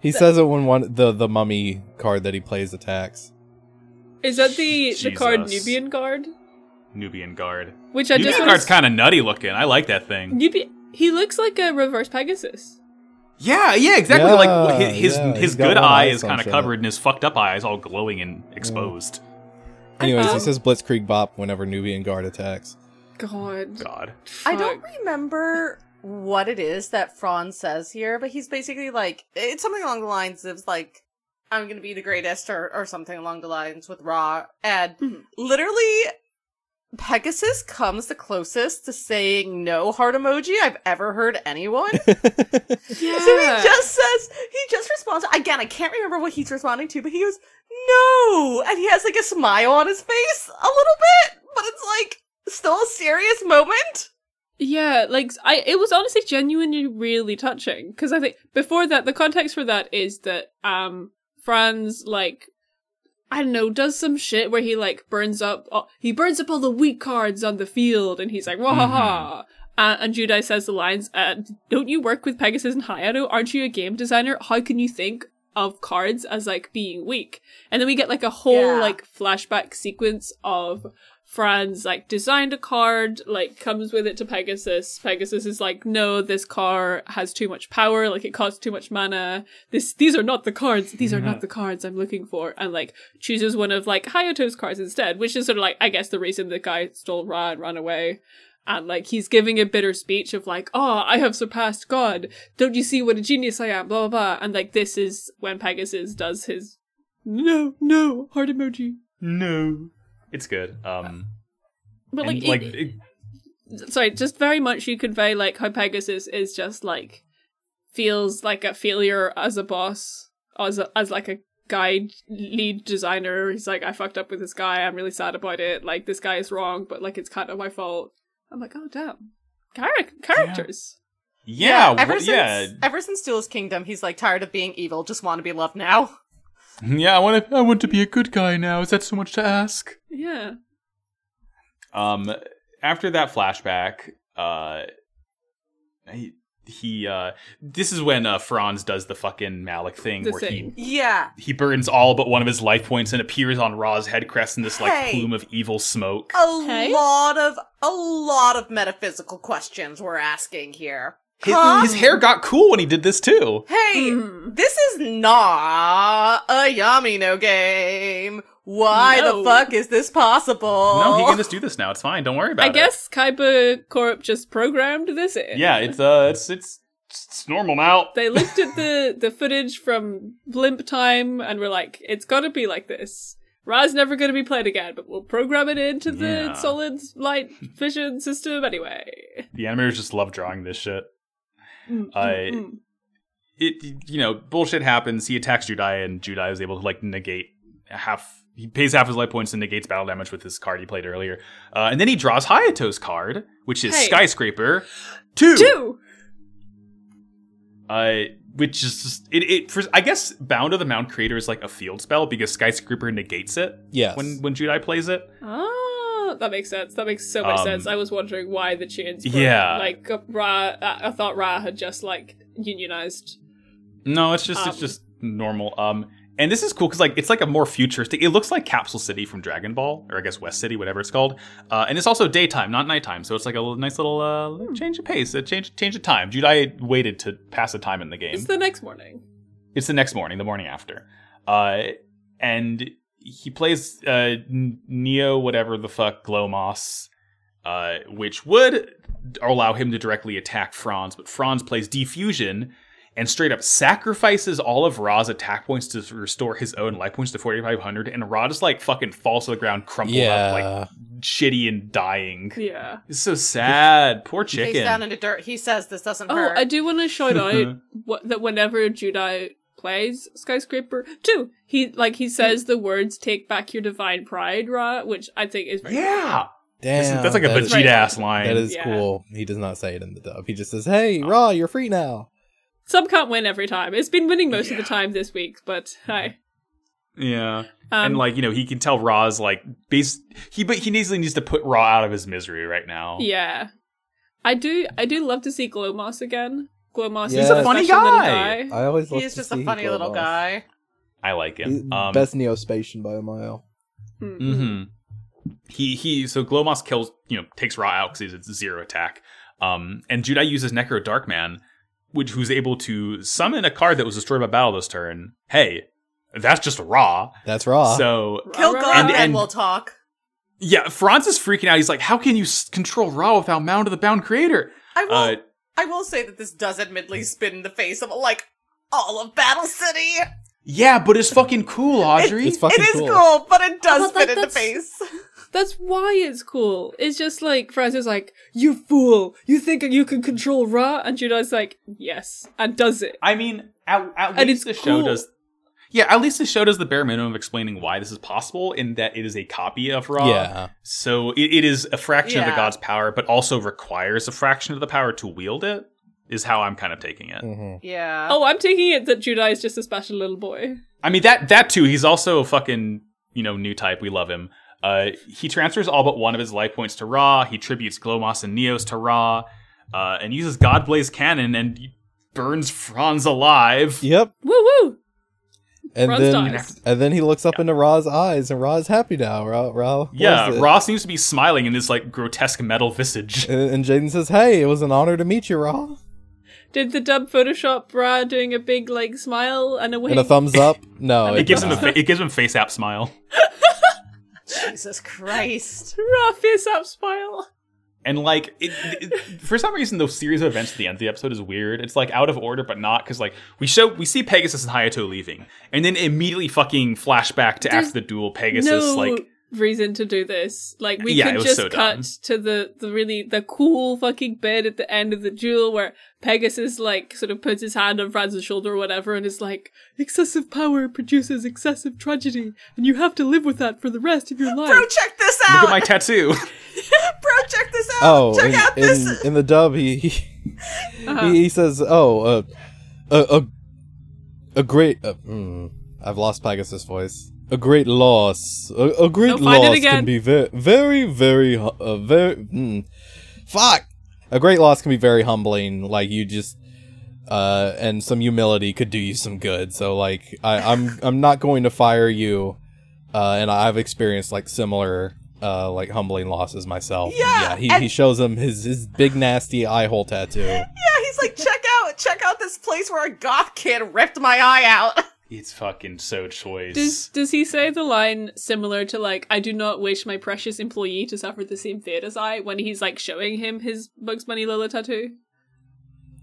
He says it when one the the mummy card that he plays attacks.
Is that the the card
Jesus.
Nubian guard?
Nubian guard.
Which I
Nubian
just
guard's kind of nutty looking. I like that thing.
Nubian. He looks like a reverse Pegasus.
Yeah, yeah, exactly.
Yeah,
like wh- hi- his
yeah,
his
he's got
good
one
eye
eye
is kind of
sunshine.
covered, and his fucked up eye is all glowing and exposed.
Anyways,
Oh.
he says Blitzkrieg Bop whenever Nubian guard attacks.
God.
God,
I don't remember what it is that Franz says here, but he's basically like it's something along the lines of like I'm gonna be the greatest or or something along the lines with Ra and
Mhm.
literally Pegasus comes the closest to saying no heart emoji I've ever heard anyone.
Yeah.
So he just says he just responds again. I can't remember what he's responding to, but he goes no, and he has like a smile on his face a little bit, but it's like still a serious moment.
Yeah, like I, it was honestly genuinely really touching because I think before that, the context for that is that um Franz like I don't know does some shit where he like burns up all, he burns up all the weak cards on the field and he's like wah ha ha. Uh, and Judai says the lines, uh, "Don't you work with Pegasus and Hayato? Aren't you a game designer? How can you think of cards as like being weak?" And then we get like a whole
Yeah.
like flashback sequence of Franz like designed a card, like comes with it to Pegasus. Pegasus is like, no, this car has too much power, like it costs too much mana. This these are not the cards. These are not the cards I'm looking for. And like chooses one of like Hayato's cards instead, which is sort of like I guess the reason the guy stole Ra and ran away. And like he's giving a bitter speech of like, oh, I have surpassed God. Don't you see what a genius I am? Blah blah. blah. And like this is when Pegasus does his no, no heart emoji.
no, it's good. Um,
But
and,
like,
like,
it-
it-
sorry, just very much you convey like how Pegasus is just like feels like a failure as a boss, as a, as like a guide lead designer. He's like, I fucked up with this guy. I'm really sad about it. Like this guy is wrong, but like it's kind of my fault. I'm like, oh damn, Charac- characters.
yeah, wha- yeah,
ever since ever since Duel's Kingdom, he's like tired of being evil, just want to be loved now.
Yeah, I want to. I want to be a good guy now. Is that so much to ask?
Yeah.
Um, after that flashback, uh, he, he uh, this is when uh, Franz does the fucking Malik thing
The
where
thing.
Yeah,
he he burns all but one of his life points and appears on Ra's head crest in this like
Hey.
plume of evil smoke.
a
Hey?
lot of a lot of metaphysical questions we're asking here.
His,
Huh?
his hair got cool when he did this too.
Hey,
Mm.
this is not a Yamino game. Why
No.
the fuck is this possible?
No, he can just do this now. It's fine. Don't worry about
I
it.
guess Kaiba Corp just programmed this in.
Yeah, it's uh, it's it's it's normal now.
They looked at the the footage from Blimp Time and were like, it's got to be like this. Ra's never going to be played again, but we'll program it into the
Yeah.
solid light vision system anyway.
The animators just love drawing this shit.
Mm,
I-
mm, mm.
it you know bullshit happens. He attacks Judai, and Judai is able to like negate half. He pays half his life points and negates battle damage with his card he played earlier, uh, and then he draws Hayato's card, which is
Hey.
skyscraper two,
Two.
Uh, which is just, it. it for, I guess Bound of the Mound Creator is like a field spell because skyscraper negates it
Yes.
when when Judai plays it.
Ah, that makes sense. That makes so much
Um,
sense. I was wondering why the chains. Were,
yeah.
like uh, Ra. I I thought Ra had just like unionized.
No, it's just it's
Um,
just normal. Um, And this is cool because like it's like a more futuristic. It looks like Capsule City from Dragon Ball, or I guess West City, whatever it's called. Uh, and it's also daytime, not nighttime, so it's like a little, nice little uh, change of pace, a change change of time. Dude, I waited to pass the time in the game.
It's the next morning.
It's the next morning, the morning after. Uh, and he plays uh, N- Neo, whatever the fuck, Glomoss, uh, which would allow him to directly attack Franz, but Franz plays Defusion and straight up sacrifices all of Ra's attack points to restore his own life points to 4,500, and Ra just like fucking falls to the ground, crumpled up, like
Yeah.
shitty and dying.
Yeah.
It's so sad. Poor
Face down
chicken.
into dirt. He says this doesn't
Oh,
hurt.
I do want to shout out what, that whenever Judai plays Skyscraper 2, he like he says the words "Take back your divine pride," Ra, which I think is very
Yeah. That's,
Damn.
that's like a
that is-
Vegeta ass line.
That is
Yeah.
cool. He does not say it in the dub. He just says,
Oh.
"Hey, Raw, you're free now."
Some can't win every time. It's been winning most of the time this week, but hi.
yeah.
Um,
and like you know, he can tell Ra's like base. He but he basically needs to put Ra out of his misery right now.
yeah, I do. I do love to see Glomoss again. Glomoss
He's
is
a
funny
special little
guy.
I always love
He's
to
just a
see
funny little
Glomoff.
guy.
I like
He's
him. Um,
Best Neospatian by a mile.
Mm.
hmm He he. So Glomoss kills. You know, takes Ra out because it's zero attack. Um, and Judai uses Necro Darkman, which who's able to summon a card that was destroyed by battle this turn. Hey, that's just Ra.
That's Raw.
So
Rah,
Kill
rah,
God
rah.
and,
and-
we'll talk.
yeah, Franz is freaking out. He's like, "How can you s- control Ra without Mound of the Bound Creator?"
I will.
Uh,
I will say that this does admittedly spit in the face of like all of Battle City.
yeah, but it's fucking cool, Audrey.
it's fucking
it is
cool.
cool. Oh, but it does
but, like,
spit in the
that's-
face.
That's why it's cool. It's just like Franz is like, "You fool! You think you can control Ra?" And Judai's like, "Yes," and does it.
I mean, at, at
And
least the
it's
show
cool.
does. Yeah, at least the show does the bare minimum of explaining why this is possible, in that it is a copy of Ra.
yeah.
So it, it is a fraction of the
Yeah.
god's power, but also requires a fraction of the power to wield it. Is how I'm kind of taking it.
hmm
Yeah.
Oh, I'm taking it that Judai is just a special little boy.
I mean that that too. He's also a fucking you know new type. We love him. Uh, he transfers all but one of his life points to Ra. He tributes Glomoss and Neos to Ra, uh, and uses Godblaze Cannon and burns Franz alive.
Yep.
Woo woo!
And
Ra's
then
dies.
and then he looks up into Ra's eyes, and Ra's happy now. Ra, Ra loves
Yeah,
it.
Ra seems to be smiling in this like grotesque metal visage.
And, and Jaden says, "Hey, it was an honor to meet you, Ra."
Did the dub Photoshop Ra doing a big like smile and a wink?
And a thumbs up. No,
It gives him a
not.
fa- it gives him face app smile.
Jesus Christ.
Ra fierce up smile.
And like, it, it- for some reason, the series of events at the end of the episode is weird. It's like out of order, but not because like we show we see Pegasus and Hayato leaving, and then immediately fucking flashback to
There's
after the duel. Pegasus
no
like
reason to do this. Like we
Yeah, it
could
was
just
so
cut
dumb.
to the the really the cool fucking bit at the end of the duel where Pegasus like sort of puts his hand on Franz's shoulder or whatever and is like, "Excessive power produces excessive tragedy, and you have to live with that for the rest of your
Bro,
life."
check this
look
out.
at my tattoo.
Bro, check this out.
Oh,
check
in,
out this.
in, in the dub, he he,
Uh-huh.
he says, "Oh, uh, a a a great." Uh, mm, I've lost Pegasus' voice. A great loss. A, a great
No, find it
loss
again.
can be very, very, very, hu- uh, very. Mm, fuck. A great loss can be very humbling. Like you just, uh, and some humility could do you some good. So like, I, I'm, I'm not going to fire you. Uh, and I've experienced like similar, uh, like humbling losses myself.
Yeah,
He,
and-
he shows him his his big nasty eye hole tattoo.
Yeah, he's like, check out, check out this place where a goth kid ripped my eye out.
it's fucking so choice.
Does does he say the line similar to like I do not wish my precious employee to suffer the same fate as I when he's like showing him his Bugs Bunny Lola tattoo?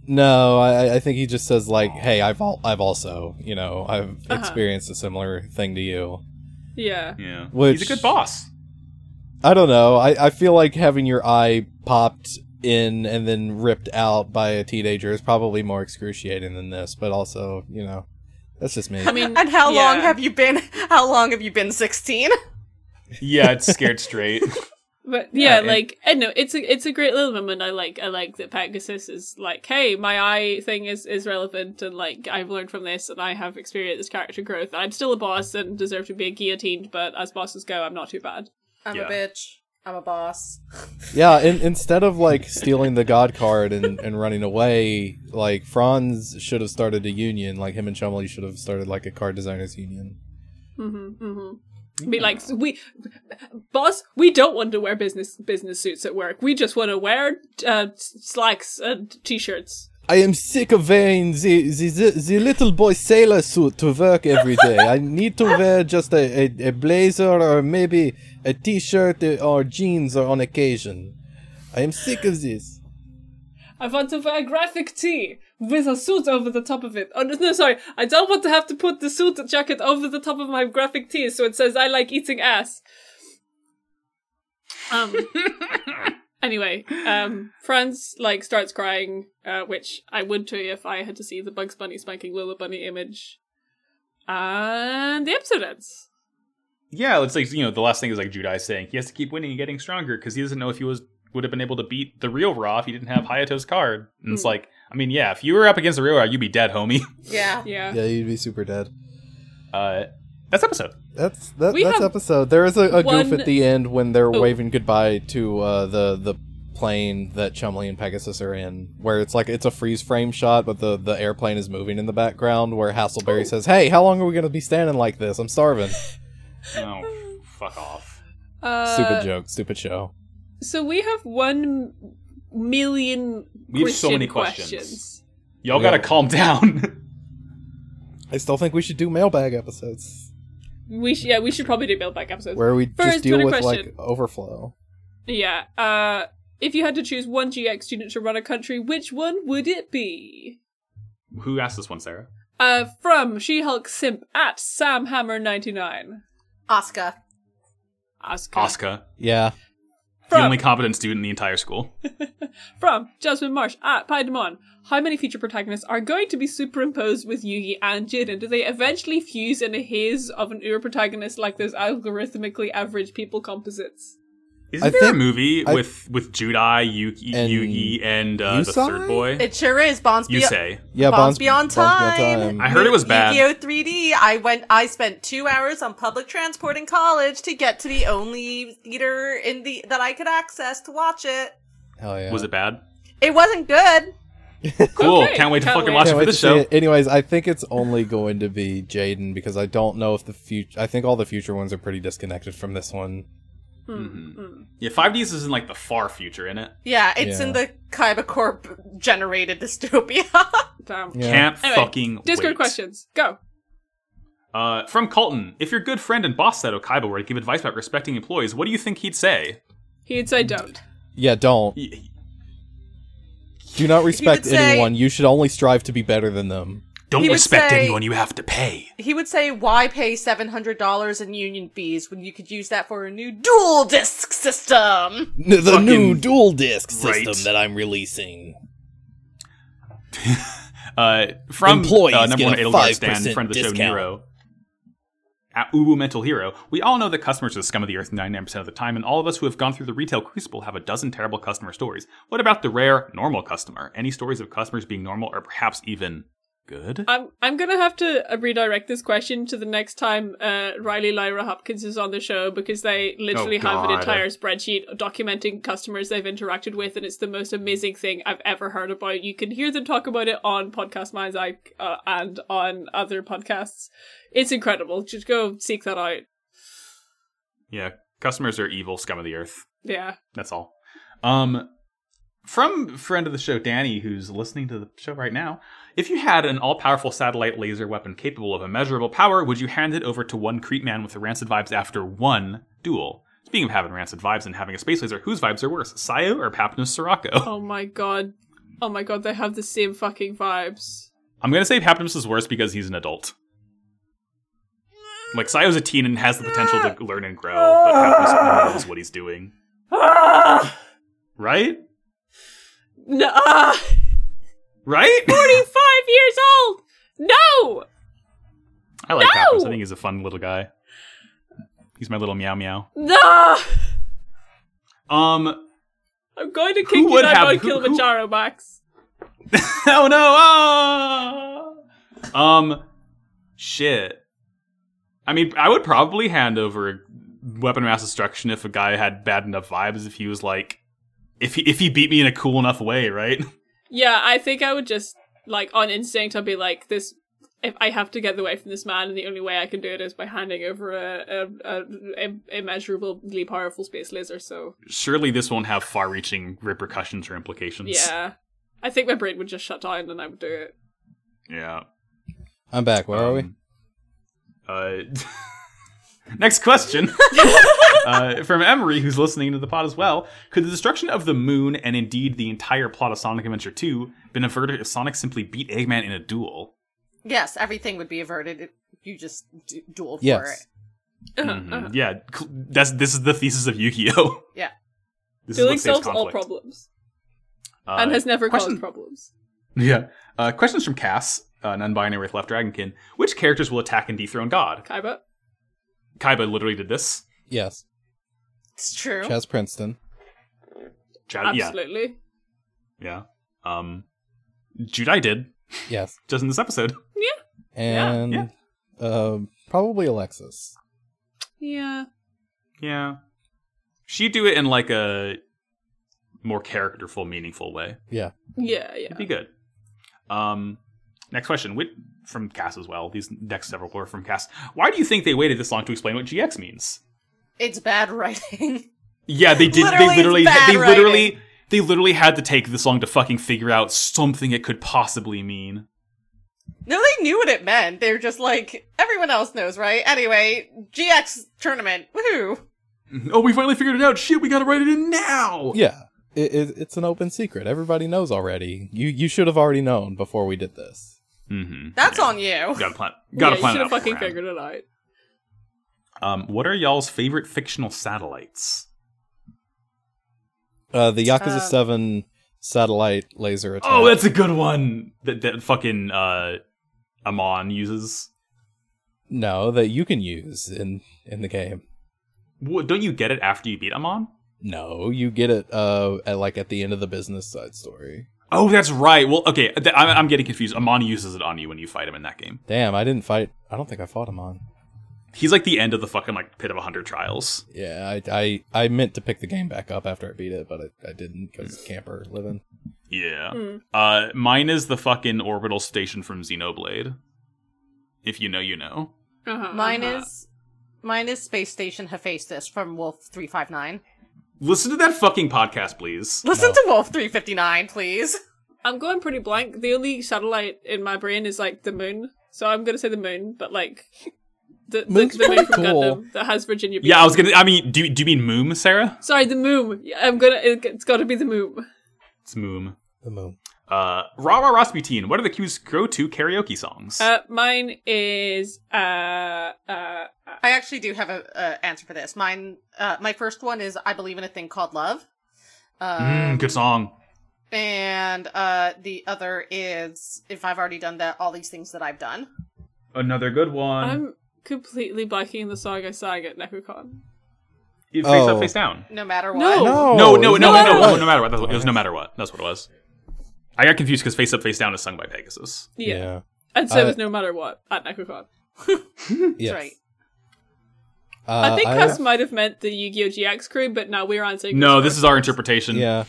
No, I, I think he just says like, "Hey, I've al- I've also, you know, I've
Uh-huh.
experienced a similar thing to you."
Yeah.
yeah,
Which-
he's a good boss.
I don't know. I, I feel like having your eye popped in and then ripped out by a teenager is probably more excruciating than this, but also, you know, that's just me.
I mean,
And how long
yeah.
have you been? How long have you been sixteen?
Yeah, it's scared straight.
But yeah,
Yeah, it-
like I know it's a it's a great little moment. I like I like that Pegasus is like, hey, my eye thing is is relevant, and like I've learned from this, and I have experienced character growth. I'm still a boss and deserve to be guillotined, but as bosses go, I'm not too bad.
I'm
Yeah.
a bitch. I'm a boss.
Yeah, in, instead of like stealing the god card and, and running away, like Franz should have started a union. Like him and Chumley should have started like a card designers union.
Mm-hmm, mm-hmm. Be like, we, boss, we don't want to wear business business suits at work. We just want to wear uh, slacks and t-shirts.
I am sick of wearing the, the, the, the little boy sailor suit to work every day. I need to wear just a, a, a blazer or maybe a t shirt or jeans or on occasion. I am sick of this.
I want to wear a graphic tee with a suit over the top of it. Oh no, no, sorry, I don't want to have to put the suit jacket over the top of my graphic tee, so it says I like eating ass. Um. anyway, um, Franz like starts crying, uh, which I would too if I had to see the Bugs Bunny spanking Lola Bunny image, and the episode ends.
Yeah, it's like you know the last thing is like Judai saying he has to keep winning and getting stronger because he doesn't know if he was would have been able to beat the real Ra if he didn't have Hayato's card. And
Hmm.
it's like, I mean, yeah, if you were up against the real Ra, you'd be dead, homie.
Yeah.
Yeah.
Yeah, you'd be super dead.
Uh, that's episode.
That's that,
We
that's
have
episode. There is a, a goof
one-
at the end when they're
Oh.
waving goodbye to uh, the the plane that Chumley and Pegasus are in, where it's like it's a freeze frame shot, but the the airplane is moving in the background. Where
Oh.
Hasselberry says, "Hey, how long are we gonna be standing like this? I'm starving."
Oh, fuck off.
Uh,
stupid joke, stupid show.
So we have one million.
We have so
Christian
many questions. Y'all gotta
Yeah.
calm down.
I still think we should do mailbag episodes
We sh- yeah, we should probably do mailbag episodes.
where we
First
just deal
Twitter
with
question.
like overflow.
Yeah. Uh, if you had to choose one GX student to run a country, which one would it be?
Who asked this one, Sarah?
Uh, from She Hulk Simp at SamHammer99.
Oscar.
Ask.
Oscar,
Yeah,
the
From,
only competent student in the entire school.
from Jasmine Marsh at Piedmon. How many future protagonists are going to be superimposed with Yugi and Jaden? Do they eventually fuse in a haze of an Ur protagonist like those algorithmically average people composites?
Isn't
I
there a
think-
movie
I-
with with Judai, Yuki,
And
Yugi, and uh, the
Yusai?
third boy?
It sure is. Bonds
you
Be-
say.
yeah.
Bonds Beyond Time.
I heard it was bad.
Yu-Gi-Oh 3D. I went. I spent two hours on public transport in college to get to the only theater in the that I could access to watch it.
Hell yeah.
Was it bad?
It wasn't good.
Cool.
Okay,
can't wait to
can't
fucking
wait.
watch
Can't
it for
wait
the
to
show.
see it. Anyways, I think it's only going to be Jaden because I don't know if the future. I think all the future ones are pretty disconnected from this one.
Hmm,
Yeah, five Ds is in like the far future, in it.
Yeah, it's in
Yeah.
the Kaiba Corp generated dystopia.
Damn.
Yeah.
Can't
Anyway,
fucking
Discord
wait.
questions. Go.
Uh, from Colton, if your good friend and boss Seto Kaiba were to give advice about respecting employees, what do you think he'd say?
He'd say don't.
Yeah, don't.
Y- y-
Do not respect
would say-
anyone. You should only strive to be better than them.
Don't
He would
respect
say-
anyone you have to pay.
he would say, "Why pay seven hundred dollars in union fees when you could use that for a new dual disc system?"
the
Fucking new
dual disc
system right. that
I'm releasing.
Uh, from
Employees
uh, number
get
one
a
Edelgard stand,
5%
friend of the show,
discount.
Nero. At Ubu Mental Hero, we all know that customers are the scum of the earth 99% of the time, and all of us who have gone through the retail crucible have a dozen terrible customer stories. What about the rare, normal customer? Any stories of customers being normal or perhaps even good?
I'm I'm gonna have to uh, redirect this question to the next time uh, Riley Lyra Hopkins is on the show because they literally
Oh,
have an
God.
entire spreadsheet documenting customers they've interacted with, and it's the most amazing thing I've ever heard about. You can hear them talk about it on Podcast Minds I, uh, and on other podcasts. It's incredible. Just go seek that out.
yeah, customers are evil, scum of the earth.
Yeah.
That's all. Um, from friend of the show Danny, who's listening to the show right now, if you had an all-powerful satellite laser weapon capable of immeasurable power, would you hand it over to one Crete man with the rancid vibes after one duel? Speaking of having rancid vibes and having a space laser, whose vibes are worse, Sayo or Papnus Sirocco?
Oh my god. Oh my god. They have the same fucking vibes.
I'm gonna say Papnus is worse because he's an adult. Like Sayo's a teen and has the potential to learn and grow, but Papnus knows what he's doing, right?
No. ah!
Right?
Five years old. No.
I like
No!
Papyrus. I think he's a fun little guy. He's my little meow meow.
No.
Um.
I'm going to kick you
would
down
have-
Mount
who- who-
Kilimanjaro, Max.
Oh no! ah! Um. Shit. I mean, I would probably hand over weapon of mass destruction if a guy had bad enough vibes. If he was like, if he if he beat me in a cool enough way, right?
Yeah, I think I would just like on instinct I'd be like this if I have to get away from this man and the only way I can do it is by handing over a a, a im- immeasurably powerful space laser so
Surely this won't have far-reaching repercussions or implications.
yeah. I think my brain would just shut down and I would do it.
Yeah.
I'm back. Where are we?
Um, Uh, next question uh, from Emery, who's listening to the pod as well. Could the destruction of the moon and indeed the entire plot of Sonic Adventure 2 been averted if Sonic simply beat Eggman in a duel?
Yes, everything would be averted. if You just d- duel for
Yes.
it.
Mm-hmm. Uh-huh.
Mm-hmm.
Mhm. Yeah, cl- that's this is the thesis of Yu-Gi-Oh.
Yeah.
this
Dueling
saves
solves all
conflict.
problems
Uh,
and has never
question-
caused problems.
Yeah. Uh, questions from Cass, uh, non-binary with Left Dragonkin. Which characters will attack and dethrone God?
Kaiba.
Kaiba literally did this.
Yes.
It's true.
Chaz Princeton.
Chad, Uh, yeah,
Absolutely.
yeah. Um, Judai did
Yes.
just in this episode.
And
yeah.
Uh, probably Alexis.
Yeah.
Yeah. She'd do it in like a more characterful, meaningful way.
Yeah, yeah.
It'd be good. Um, next question which, from Cass as well. These next several were from Cass. Why do you think they waited this long to explain what GX means?
It's bad writing.
Yeah, they did.
Literally,
they
it's
literally.
bad
They literally. They literally had to take this long to fucking figure out something it could possibly mean.
no, they knew what it meant. They're just like everyone else knows, right? Anyway, GX tournament. Woohoo!
Oh, we finally figured it out. Shit, we gotta write it in now.
Yeah. It, it, it's an open secret. Everybody knows already. You you should have already known before we did this.
Mm-hmm.
That's on you.
Gotta plan. Gotta
yeah,
plan
you
it
should
out
have fucking
beforehand.
figured it out.
Um, what are y'all's favorite fictional satellites?
Uh, the Yakuza
Uh,
Seven satellite laser attack.
Oh, that's a good one that that fucking uh, Amon uses.
no that you can use in in the game.
What, don't you get it after you beat Amon?
No, you get it uh at, like at the end of the business side story.
Oh, that's right. Well, okay, th- I'm, I'm getting confused. Amon uses it on you when you fight him in that game.
Damn, I didn't fight. I don't think I fought him on.
He's like the end of the fucking like pit of a hundred trials.
Yeah, I, I I meant to pick the game back up after I beat it, but I, I didn't because camper living.
Yeah.
Hmm.
Uh, mine is the fucking orbital station from Xenoblade. If you know, you know.
Uh-huh,
Mine
uh-huh.
is mine is Space Station Hephaestus from Wolf three five nine.
Listen to that fucking podcast, please.
Listen
No.
to Wolf three fifty nine, please.
I'm going pretty blank. The only satellite in my brain is like the moon, so I'm going to say the moon, but like the the,
Moon's
the moon
pretty
from
cool.
Gundam that has Virginia. Beach.
Yeah, I was gonna. I mean, do do you mean Moom, Sarah?
Sorry, the moon. Yeah, I'm gonna. It, it's got to be the moon.
It's Moom.
The moon.
Uh, Ra Ra Rasputin. What are the Q's go-to karaoke songs?
Uh, mine is uh uh
I actually do have a, a answer for this. Mine, uh, my first one is I believe in a thing called love, um,
Mm, good song.
and uh, the other is if I've already done that, all these things that I've done.
Another good one.
I'm completely blanking the song I sang at NecoCon.
It- face
Oh.
up, face down.
No matter what.
Oh, No.
No,
no, no, no,
it's
no,
not
no, no,
what-
no matter what. That's what, it was no matter what. That's what it was. I got confused because face up, face down is sung by Pegasus.
Yeah,
Yeah, Uh,
and so it
I-
was no matter what at NecoCon.
yes.
right.
Uh,
I think
I-
Cass might have meant the Yu-Gi-Oh GX crew, but no, we're answering.
No,
one.
this is our interpretation.
Yeah.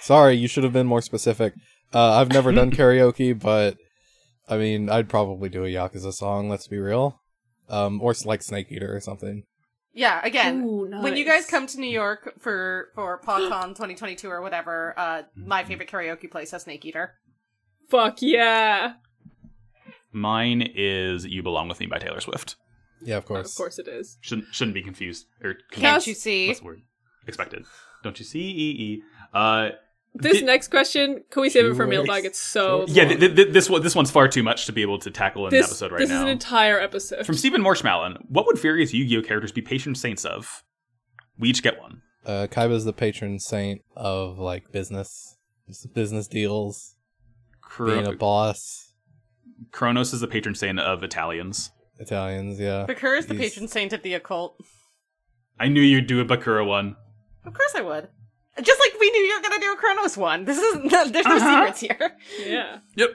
Sorry, you should have been more specific. Uh, I've never done karaoke, but I mean, I'd probably do a Yakuza song. Let's be real, um, or s- like Snake Eater or something.
Yeah. Again,
Ooh,
when you
nice.
guys come to New York for for PodCon 2022 or whatever, uh,
Mm-hmm.
my favorite karaoke place is Snake Eater.
Fuck yeah!
Mine is "You Belong with Me" by Taylor Swift.
Yeah, of course.
Of course it is.
Shouldn't shouldn't be confused or
Can't
Yes.
you see?
what's the word? Expected. Don't you see? E E. Uh,
This
thi-
next question, can we save it for
Sure.
mailbag? It's so
yeah,
long.
th- th- this one this one's far too much to be able to tackle in
this,
an episode right
this
now.
is an entire episode.
From Stephen Marshmallow, what would various Yu-Gi-Oh characters be patron saints of? We each get one.
Uh, Kaiba's the patron saint of like business, just business deals, being a
Kro-
boss.
Kronos is the patron saint of Italians.
Italians, yeah.
Bakura is the
He's-
patron saint of the occult.
I knew you'd do a Bakura one.
Of course, I would. Just like we knew you were gonna do a Kronos one. This is there's no
Uh-huh.
secrets here.
yeah.
Yep.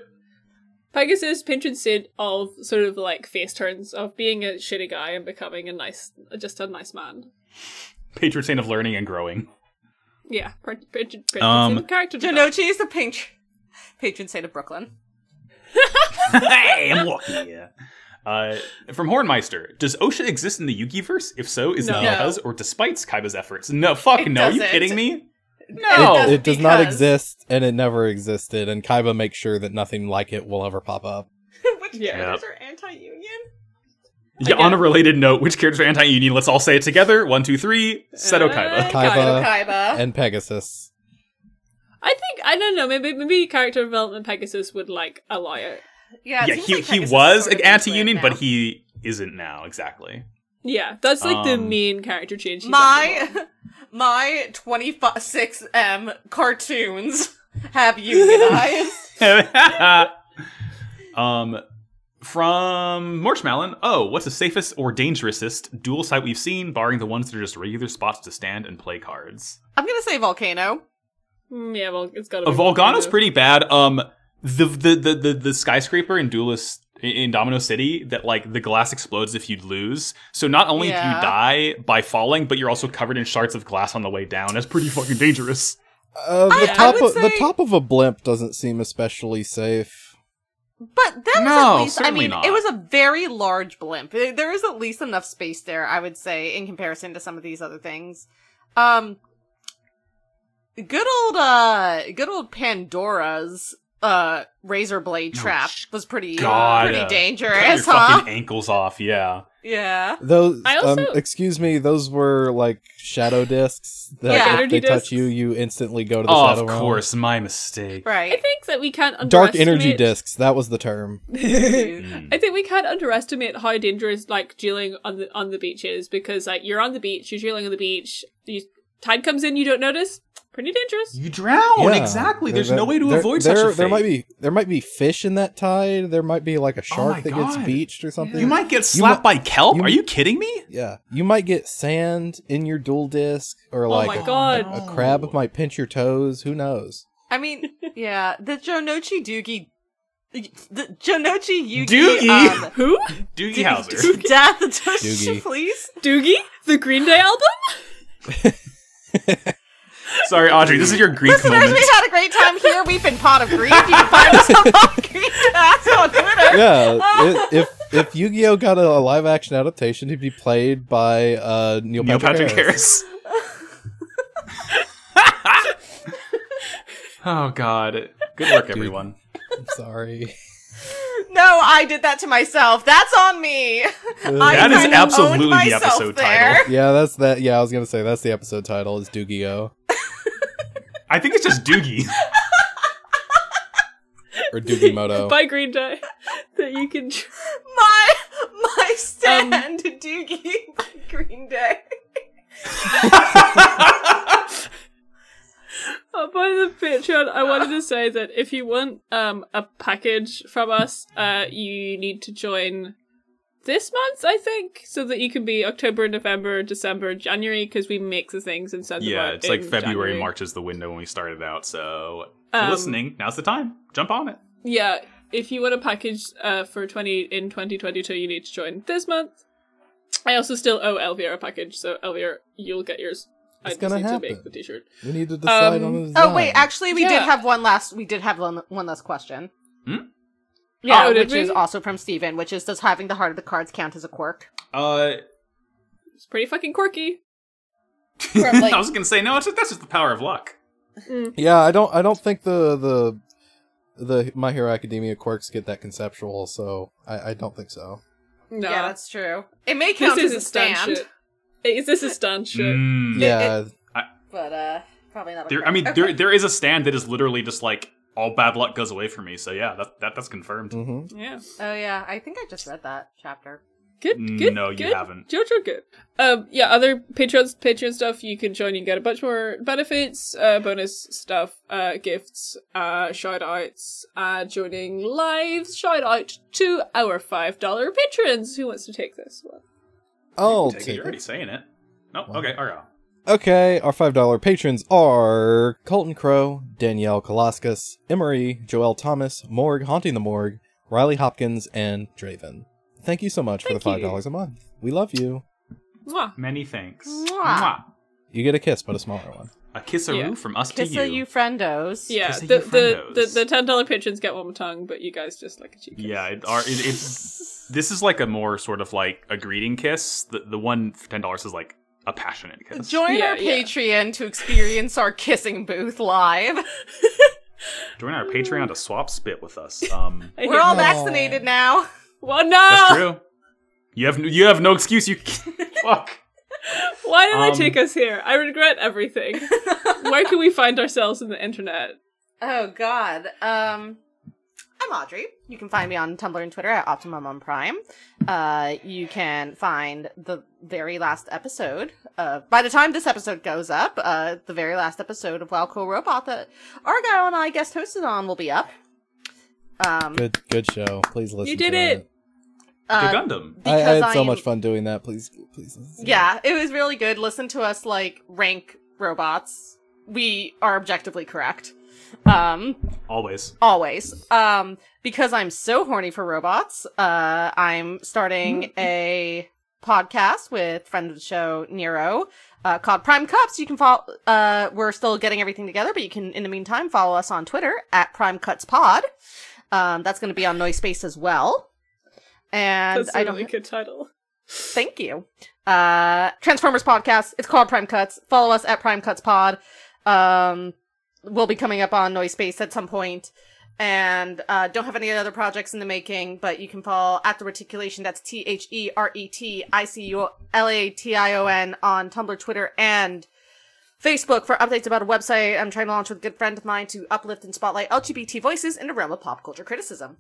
Pegasus patron saint of sort of like face turns of being a shitty guy and becoming a nice, just a nice man.
patron saint of learning and growing.
Yeah, patron, patron, patron
Um,
saint of character development.
Janochi is the patron, patron saint of Brooklyn.
hey, I'm walking. Yeah. Uh, from Hornmeister, does OSHA exist in the Yugiverse? If so, is
No.
it because or despite Kaiba's efforts? No, fuck
It
no. Are you
doesn't.
kidding me?
Oh,
No.
doesn't.
it does not
because-
exist, and it never existed. And Kaiba makes sure that nothing like it will ever pop up.
Which
Yeah.
characters are anti-union?
Yeah, on a related note, which characters are anti union? Let's all say it together. One, two, three. Seto Kaiba.
Uh,
Kaiba.
Kaiba.
And Pegasus.
I think I don't know. Maybe maybe character development Pegasus would like allow it.
yeah, it
yeah,
seems
he,
like
he
Pegasus
was
sort of
anti union,
into it
but he isn't now, exactly.
Yeah, that's like the
Um,
main character change.
now.
he's
my my twenty six M cartoons have unionized.
um, from Marshmallow. Oh, what's the safest or dangerousest dual site we've seen, barring the ones that are just regular spots to stand and play cards?
I'm gonna say volcano.
Mm, yeah, well, it's got to.
Uh, Volcano's pretty bad. Um, the the the the, the skyscraper in Duelist in Domino City that like the glass explodes if you lose. So not only do
Yeah.
you die by falling, but you're also covered in shards of glass on the way down. That's pretty fucking dangerous.
Uh, the,
I- I
top
would
of, the
say-
top of a blimp doesn't seem especially safe.
But that was
No,
at least, I
certainly
mean,
not.
it was a very large blimp. There there is at least enough space there, I would say, in comparison to some of these other things. Um, good old, uh, good old Pandora's, uh, razor blade
Oh,
trap
sh-
was pretty,
God,
pretty
uh, Cut your
dangerous, huh?
fucking ankles off. Yeah.
Yeah.
Those,
I also-
um, excuse me, those were like shadow discs that
Yeah.
if they
Energy
touch
discs.
you, you instantly go to the
Oh,
shadow
of
realm.
course, my mistake.
I
Right.
think that we can't
Dark energy
underestimate-
discs. That was the term.
Hmm.
I think we can't underestimate how dangerous like jailing on the on the beach is because like you're on the beach, you're jailing on the beach, you, tide comes in, you don't notice. Pretty dangerous.
You drown
Yeah.
exactly.
There-
There's
there-
no way to
there-
avoid
there,
such a fate. Oh
There might be there might be fish in that tide. There might be like a shark
my
that
God.
gets beached or something.
You might get slapped by kelp.
you
Are
mi-
you kidding me?
yeah. You might get sand in your dual disc,
Oh
or like
Oh my
a-
God.
Uh,
a
Oh.
crab might pinch your toes. Who knows?
I mean, yeah, the Jonochi Doogie, the Jonochi Yugi,
Doogie?
um,
Who?
Doogie Howser.
Doogie. Death, Doogie.
Doogie.
please.
Doogie? The Green Day album?
Sorry, Audrey. This is your Greek
Listeners,
moment.
we had a great time here. We've been Pot of Greed. You can find us on Pot of Greed Cast on Twitter.
Yeah. i- if if Yu Gi Oh got a, live action adaptation, he'd be played by uh, Neil,
Neil Patrick Harris. oh God. Good work, everyone.
I'm sorry.
No, I did that to myself. That's on me. I
Uh, That is
kinda
absolutely
owned
the
myself
episode
there.
title.
Yeah, that's that. Yeah, I was gonna say that's the episode title is Doogie O
I think it's just Doogie.
or Doogie Moto.
By Green Day. That you can
My my stand Doogie by Green Day.
Oh, by the Patreon, I wanted to say that if you want um a package from us, uh, you need to join this month, I think, so that you can be October, November, December, January, because we make the things and send them
yeah,
out
it's like
in
February,
January.
March is the window when we started out. So, if
Um,
you're listening, now's the time. Jump on it.
Yeah, if you want a package uh for twenty in twenty twenty two, you need to join this month. I also still owe Elvira a package, so Elvira, you'll get yours. I
It's
just
gonna
need
happen.
to make the t-shirt.
we need to decide
Um,
on a
Oh wait,
design.
actually, we
Yeah.
did have one last. We did have one, one last question.
Hmm?
Yeah,
Oh, did
which is
we?
also from Steven, which is does having the heart of the cards count as a quirk?
Uh,
It's pretty fucking quirky.
From, like-
I was gonna say no. It's just, that's just the power of luck.
Yeah, I don't. I don't think the the the My Hero Academia quirks get that conceptual, so I, I don't think so.
No,
Yeah, that's true. It may
this
count as
is
a
a stand.
stand,
shit. Is this a stand shit?
Mm.
Yeah,
but uh, probably not. A
There,
quirk.
I mean,
Okay.
there there is a stand that is literally just like all bad luck goes away from me. So yeah, that, that that's confirmed.
mhm.
Yeah.
Oh yeah, I think I just read that chapter.
Good,
Mm,
good.
no, you
good.
haven't.
JoJo, good. Um, yeah, other Patreons, Patreon stuff you can join. You can get a bunch more benefits, uh, bonus stuff, uh, gifts, uh, shout outs, uh, joining lives. Shout out to our five dollar patrons. Who wants to take this one?
I'll
Take it,
take
You're already
it.
saying it. No,
Wow.
okay, Argo.
Okay, our five dollar patrons are Colton Crow, Danielle Kalauskas, Emery, Joel Thomas, Morg Haunting the Morgue, Riley Hopkins, and Draven. Thank you so much for the
Thank
five
you.
dollars a month. We love you.
Mwah.
Many thanks.
Mwah.
You get a kiss, but a smaller one.
A kisseroo
Yeah.
from us
Kiss
to
you.
you.
you friendos.
Yeah,
Kiss of
the,
you
the, the,
friendos.
the ten dollar patrons get one tongue, but you guys just like a cheek. kiss.
yeah, it, our, it, it's this is like a more sort of like a greeting kiss. The the one for ten dollars is like a passionate kiss.
Join
Yeah,
our
yeah.
Patreon to experience our kissing booth live.
Join our Patreon to swap spit with us. Um,
I
We're
hate-
all
Aw.
vaccinated now.
Well, no.
that's true. You have you have no excuse. You fuck.
Why did
Um,
they take us here? I regret everything. Where can we find ourselves in the internet?
Oh God. Um, I'm Audrey. You can find me on Tumblr and Twitter at Optimum on Prime. Uh, you can find the very last episode. Uh, by the time this episode goes up, uh, the very last episode of Wow Cool Robot that Argyle and I guest hosted on will be up. Um,
Good, good show. Please listen.
did
to
it.
uh,
to Gundam.
I, I
because
had so
I'm-
much fun doing that. Please, please. Listen to it.
Yeah, it was really good. Listen to us like rank robots. We are objectively correct. Um,
Always.
always um because i'm so horny for robots uh i'm starting a podcast with friend of the show nero uh called prime cups you can follow uh we're still getting everything together but you can in the meantime follow us on twitter at prime cuts pod um that's going to be on noise space as well and
That's a
i don't
really good title.
Thank you. Uh, Transformers podcast. It's called Prime Cuts. Follow us at Prime Cuts Pod. Um, we'll be coming up on Noise Space at some point. And uh, don't have any other projects in the making, but you can follow at the Reticulation. That's T H E R E T I C U L A T I O N on Tumblr, Twitter, and Facebook for updates about a website I'm trying to launch with a good friend of mine to uplift and spotlight LGBT voices in the realm of pop culture criticism.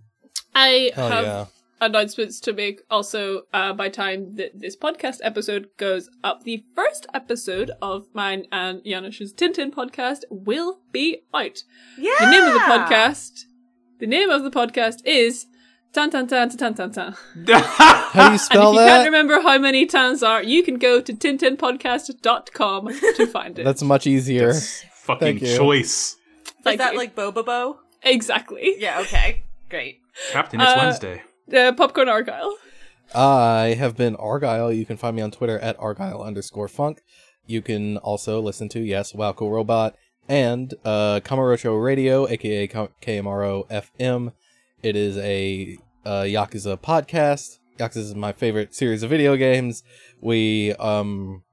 I
Hell
have
yeah.
announcements to make. Also, uh, by time that this podcast episode goes up, the first episode of mine and Yanush's Tintin podcast will be out.
Yeah.
The name of the podcast. The name of the podcast is Tan Tan Tan Tan Tan Tan.
How do you
And if
spell
you can't
that?
remember how many tans are, you can go to tintinpodcast.com to find it.
That's much easier.
Fucking
Thank you.
choice,
Thank you.
Boba Bo?
exactly.
Yeah, okay. Great.
Captain. It's
Uh,
Wednesday.
Uh, Popcorn Argyle.
I have been Argyle. You can find me on Twitter at Argyle underscore funk. You can also listen to, yes, Wacko Robot and uh, Kamurocho Radio, aka K- KMRO FM. It is a uh, Yakuza podcast. Yakuza is my favorite series of video games. We um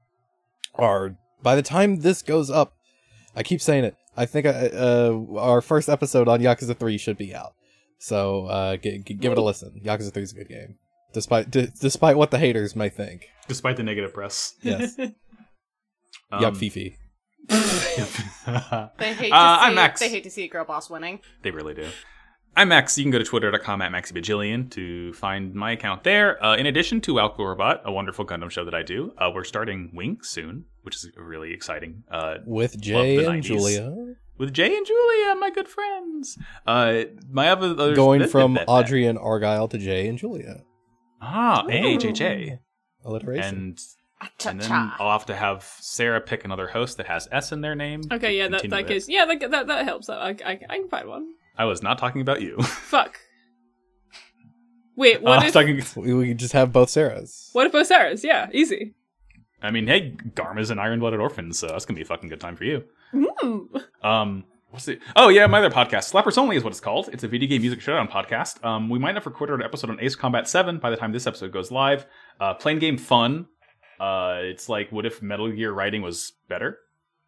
are, by the time this goes up, I keep saying it, I think I, uh, our first episode on Yakuza 3 should be out. So uh, g- g- give it a listen. Yakuza 3 is a good game despite d- despite what the haters may think.
Despite the negative press.
Yes,
Um,
yup, Fifi.
yep.
They hate to
Uh, I'm
see,
Max.
They hate to see Girl Boss winning.
They really do. I'm Max. You can go to twitter.com at maxibajillion to find my account there. Uh, in addition to Alco Robot, a wonderful Gundam show that I do, uh, we're starting Wing soon, which is really exciting. Uh,
With
Love
Jay
the
and
90s.
Julia,
with Jay and Julia, my good friends. Uh, my other others-
going
that-
from
that- that-
Audrey and Argyle to Jay and Julia.
ah AJJ
Alliteration.
and
Cha
and then I'll have to have Sarah pick another host that has S in their name. to
Okay, yeah, that,
continue
that
it.
gives. Yeah, that, that, that helps. I, I, I can find one.
I was not talking about you.
Fuck. Wait,
I
what
was
if.
talking-
we, we could just have both Sarahs.
What if Osiris? Yeah, easy.
I mean, hey, Garma's an iron-blooded orphan, so that's gonna be a fucking good time for you.
Mm.
Um, what's it? Oh yeah, my other podcast, Slappers Only, is what it's called. It's a video game music showdown podcast. Um, we might have recorded an episode on Ace Combat Seven by the time this episode goes live. Uh, plain game fun. Uh, it's like what if Metal Gear writing was better?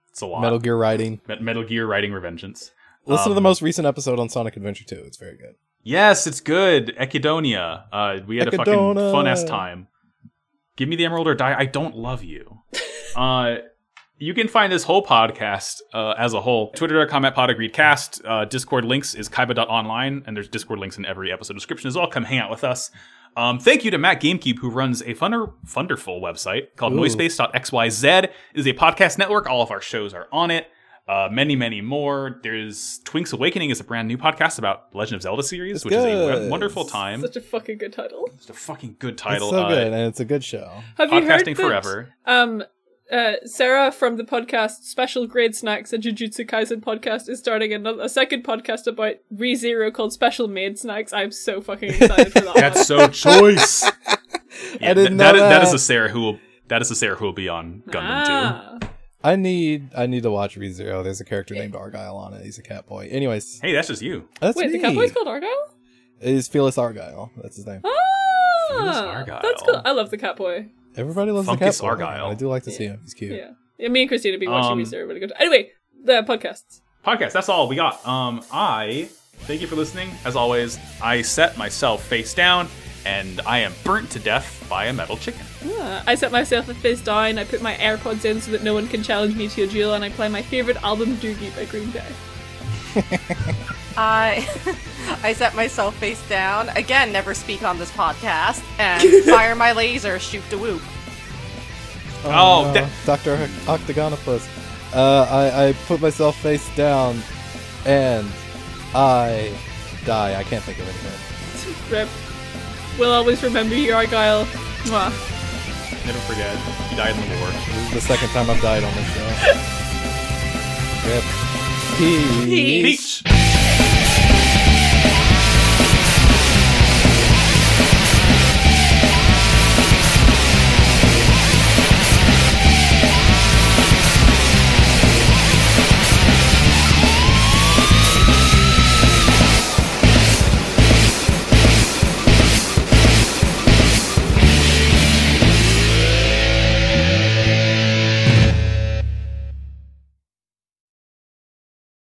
It's a lot.
Metal Gear Riding.
Me- Metal Gear writing revengeance.
Listen to the
Um,
most recent episode on Sonic Adventure 2. It's very good.
Yes, it's good. Echidonia. Uh, we had a fucking
Echidna.
fun ass time. Give me the emerald or die. I don't love you. uh, you can find this whole podcast uh, as a whole. Twitter.com at podagreedcast. Uh, Discord links is kaiba.online, and there's Discord links in every episode description as well. Come hang out with us. Um, thank you to Matt GameCube, who runs a funner, wonderful website called
Ooh.
noisepace.xyz. It is a podcast network. All of our shows are on it. Uh, many, many more. There's Twink's Awakening is a brand new podcast about Legend of Zelda series,
It's
which is a
good.
wo- wonderful time.
Such a fucking good title.
It's a fucking good
It's
title.
so
uh,
good, and it's a good show.
Have you heard
Podcasting
that,
forever.
Um, uh, Sarah from the podcast Special Grade Snacks, a Jujutsu Kaisen podcast, is starting another a second podcast about ReZero called Special Made Snacks. I'm so fucking excited for that. one.
That's so choice. Yeah,
I didn't
that
know
is- that
that.
is a Sarah who will. That is the Sarah who will be on Gundam
ah.
I need I need to watch ReZero. There's a character named Argyle on it. He's a cat boy. Anyways,
2. Hey, that's just you.
that's
Wait,
me.
the cowboy's called Argyle?
It is Phyllis Argyle. That's his name.
Who's
Ah,
Argyle?
that's cool. I love the Catboy.
Everybody loves the
Funkus
cat boy.
Argyle.
I do like to see him. He's cute.
Yeah. yeah, me and Christina have been watching
Um,
these. They're really good. Anyway, the podcasts.
podcast. That's all we got. Um, I thank you for listening. As always, I set myself face down, and I am burnt to death by a metal chicken.
Ah, I set myself a face down. I put my AirPods in so that no one can challenge me to a duel, and I play my favorite album, Doogie by Green Day.
I I set myself face down. Again, never speak on this podcast. And fire my laser, shoot the whoop.
Oh, that-
Uh, Doctor Octagonopus. Uh, I I put myself face down, and I die. I can't think of anything.
Rip. We'll always remember you, Argyle. Mwah.
Never forget, you died in the war.
This is the second time I've died on this show. Rip. Peace.
Peach.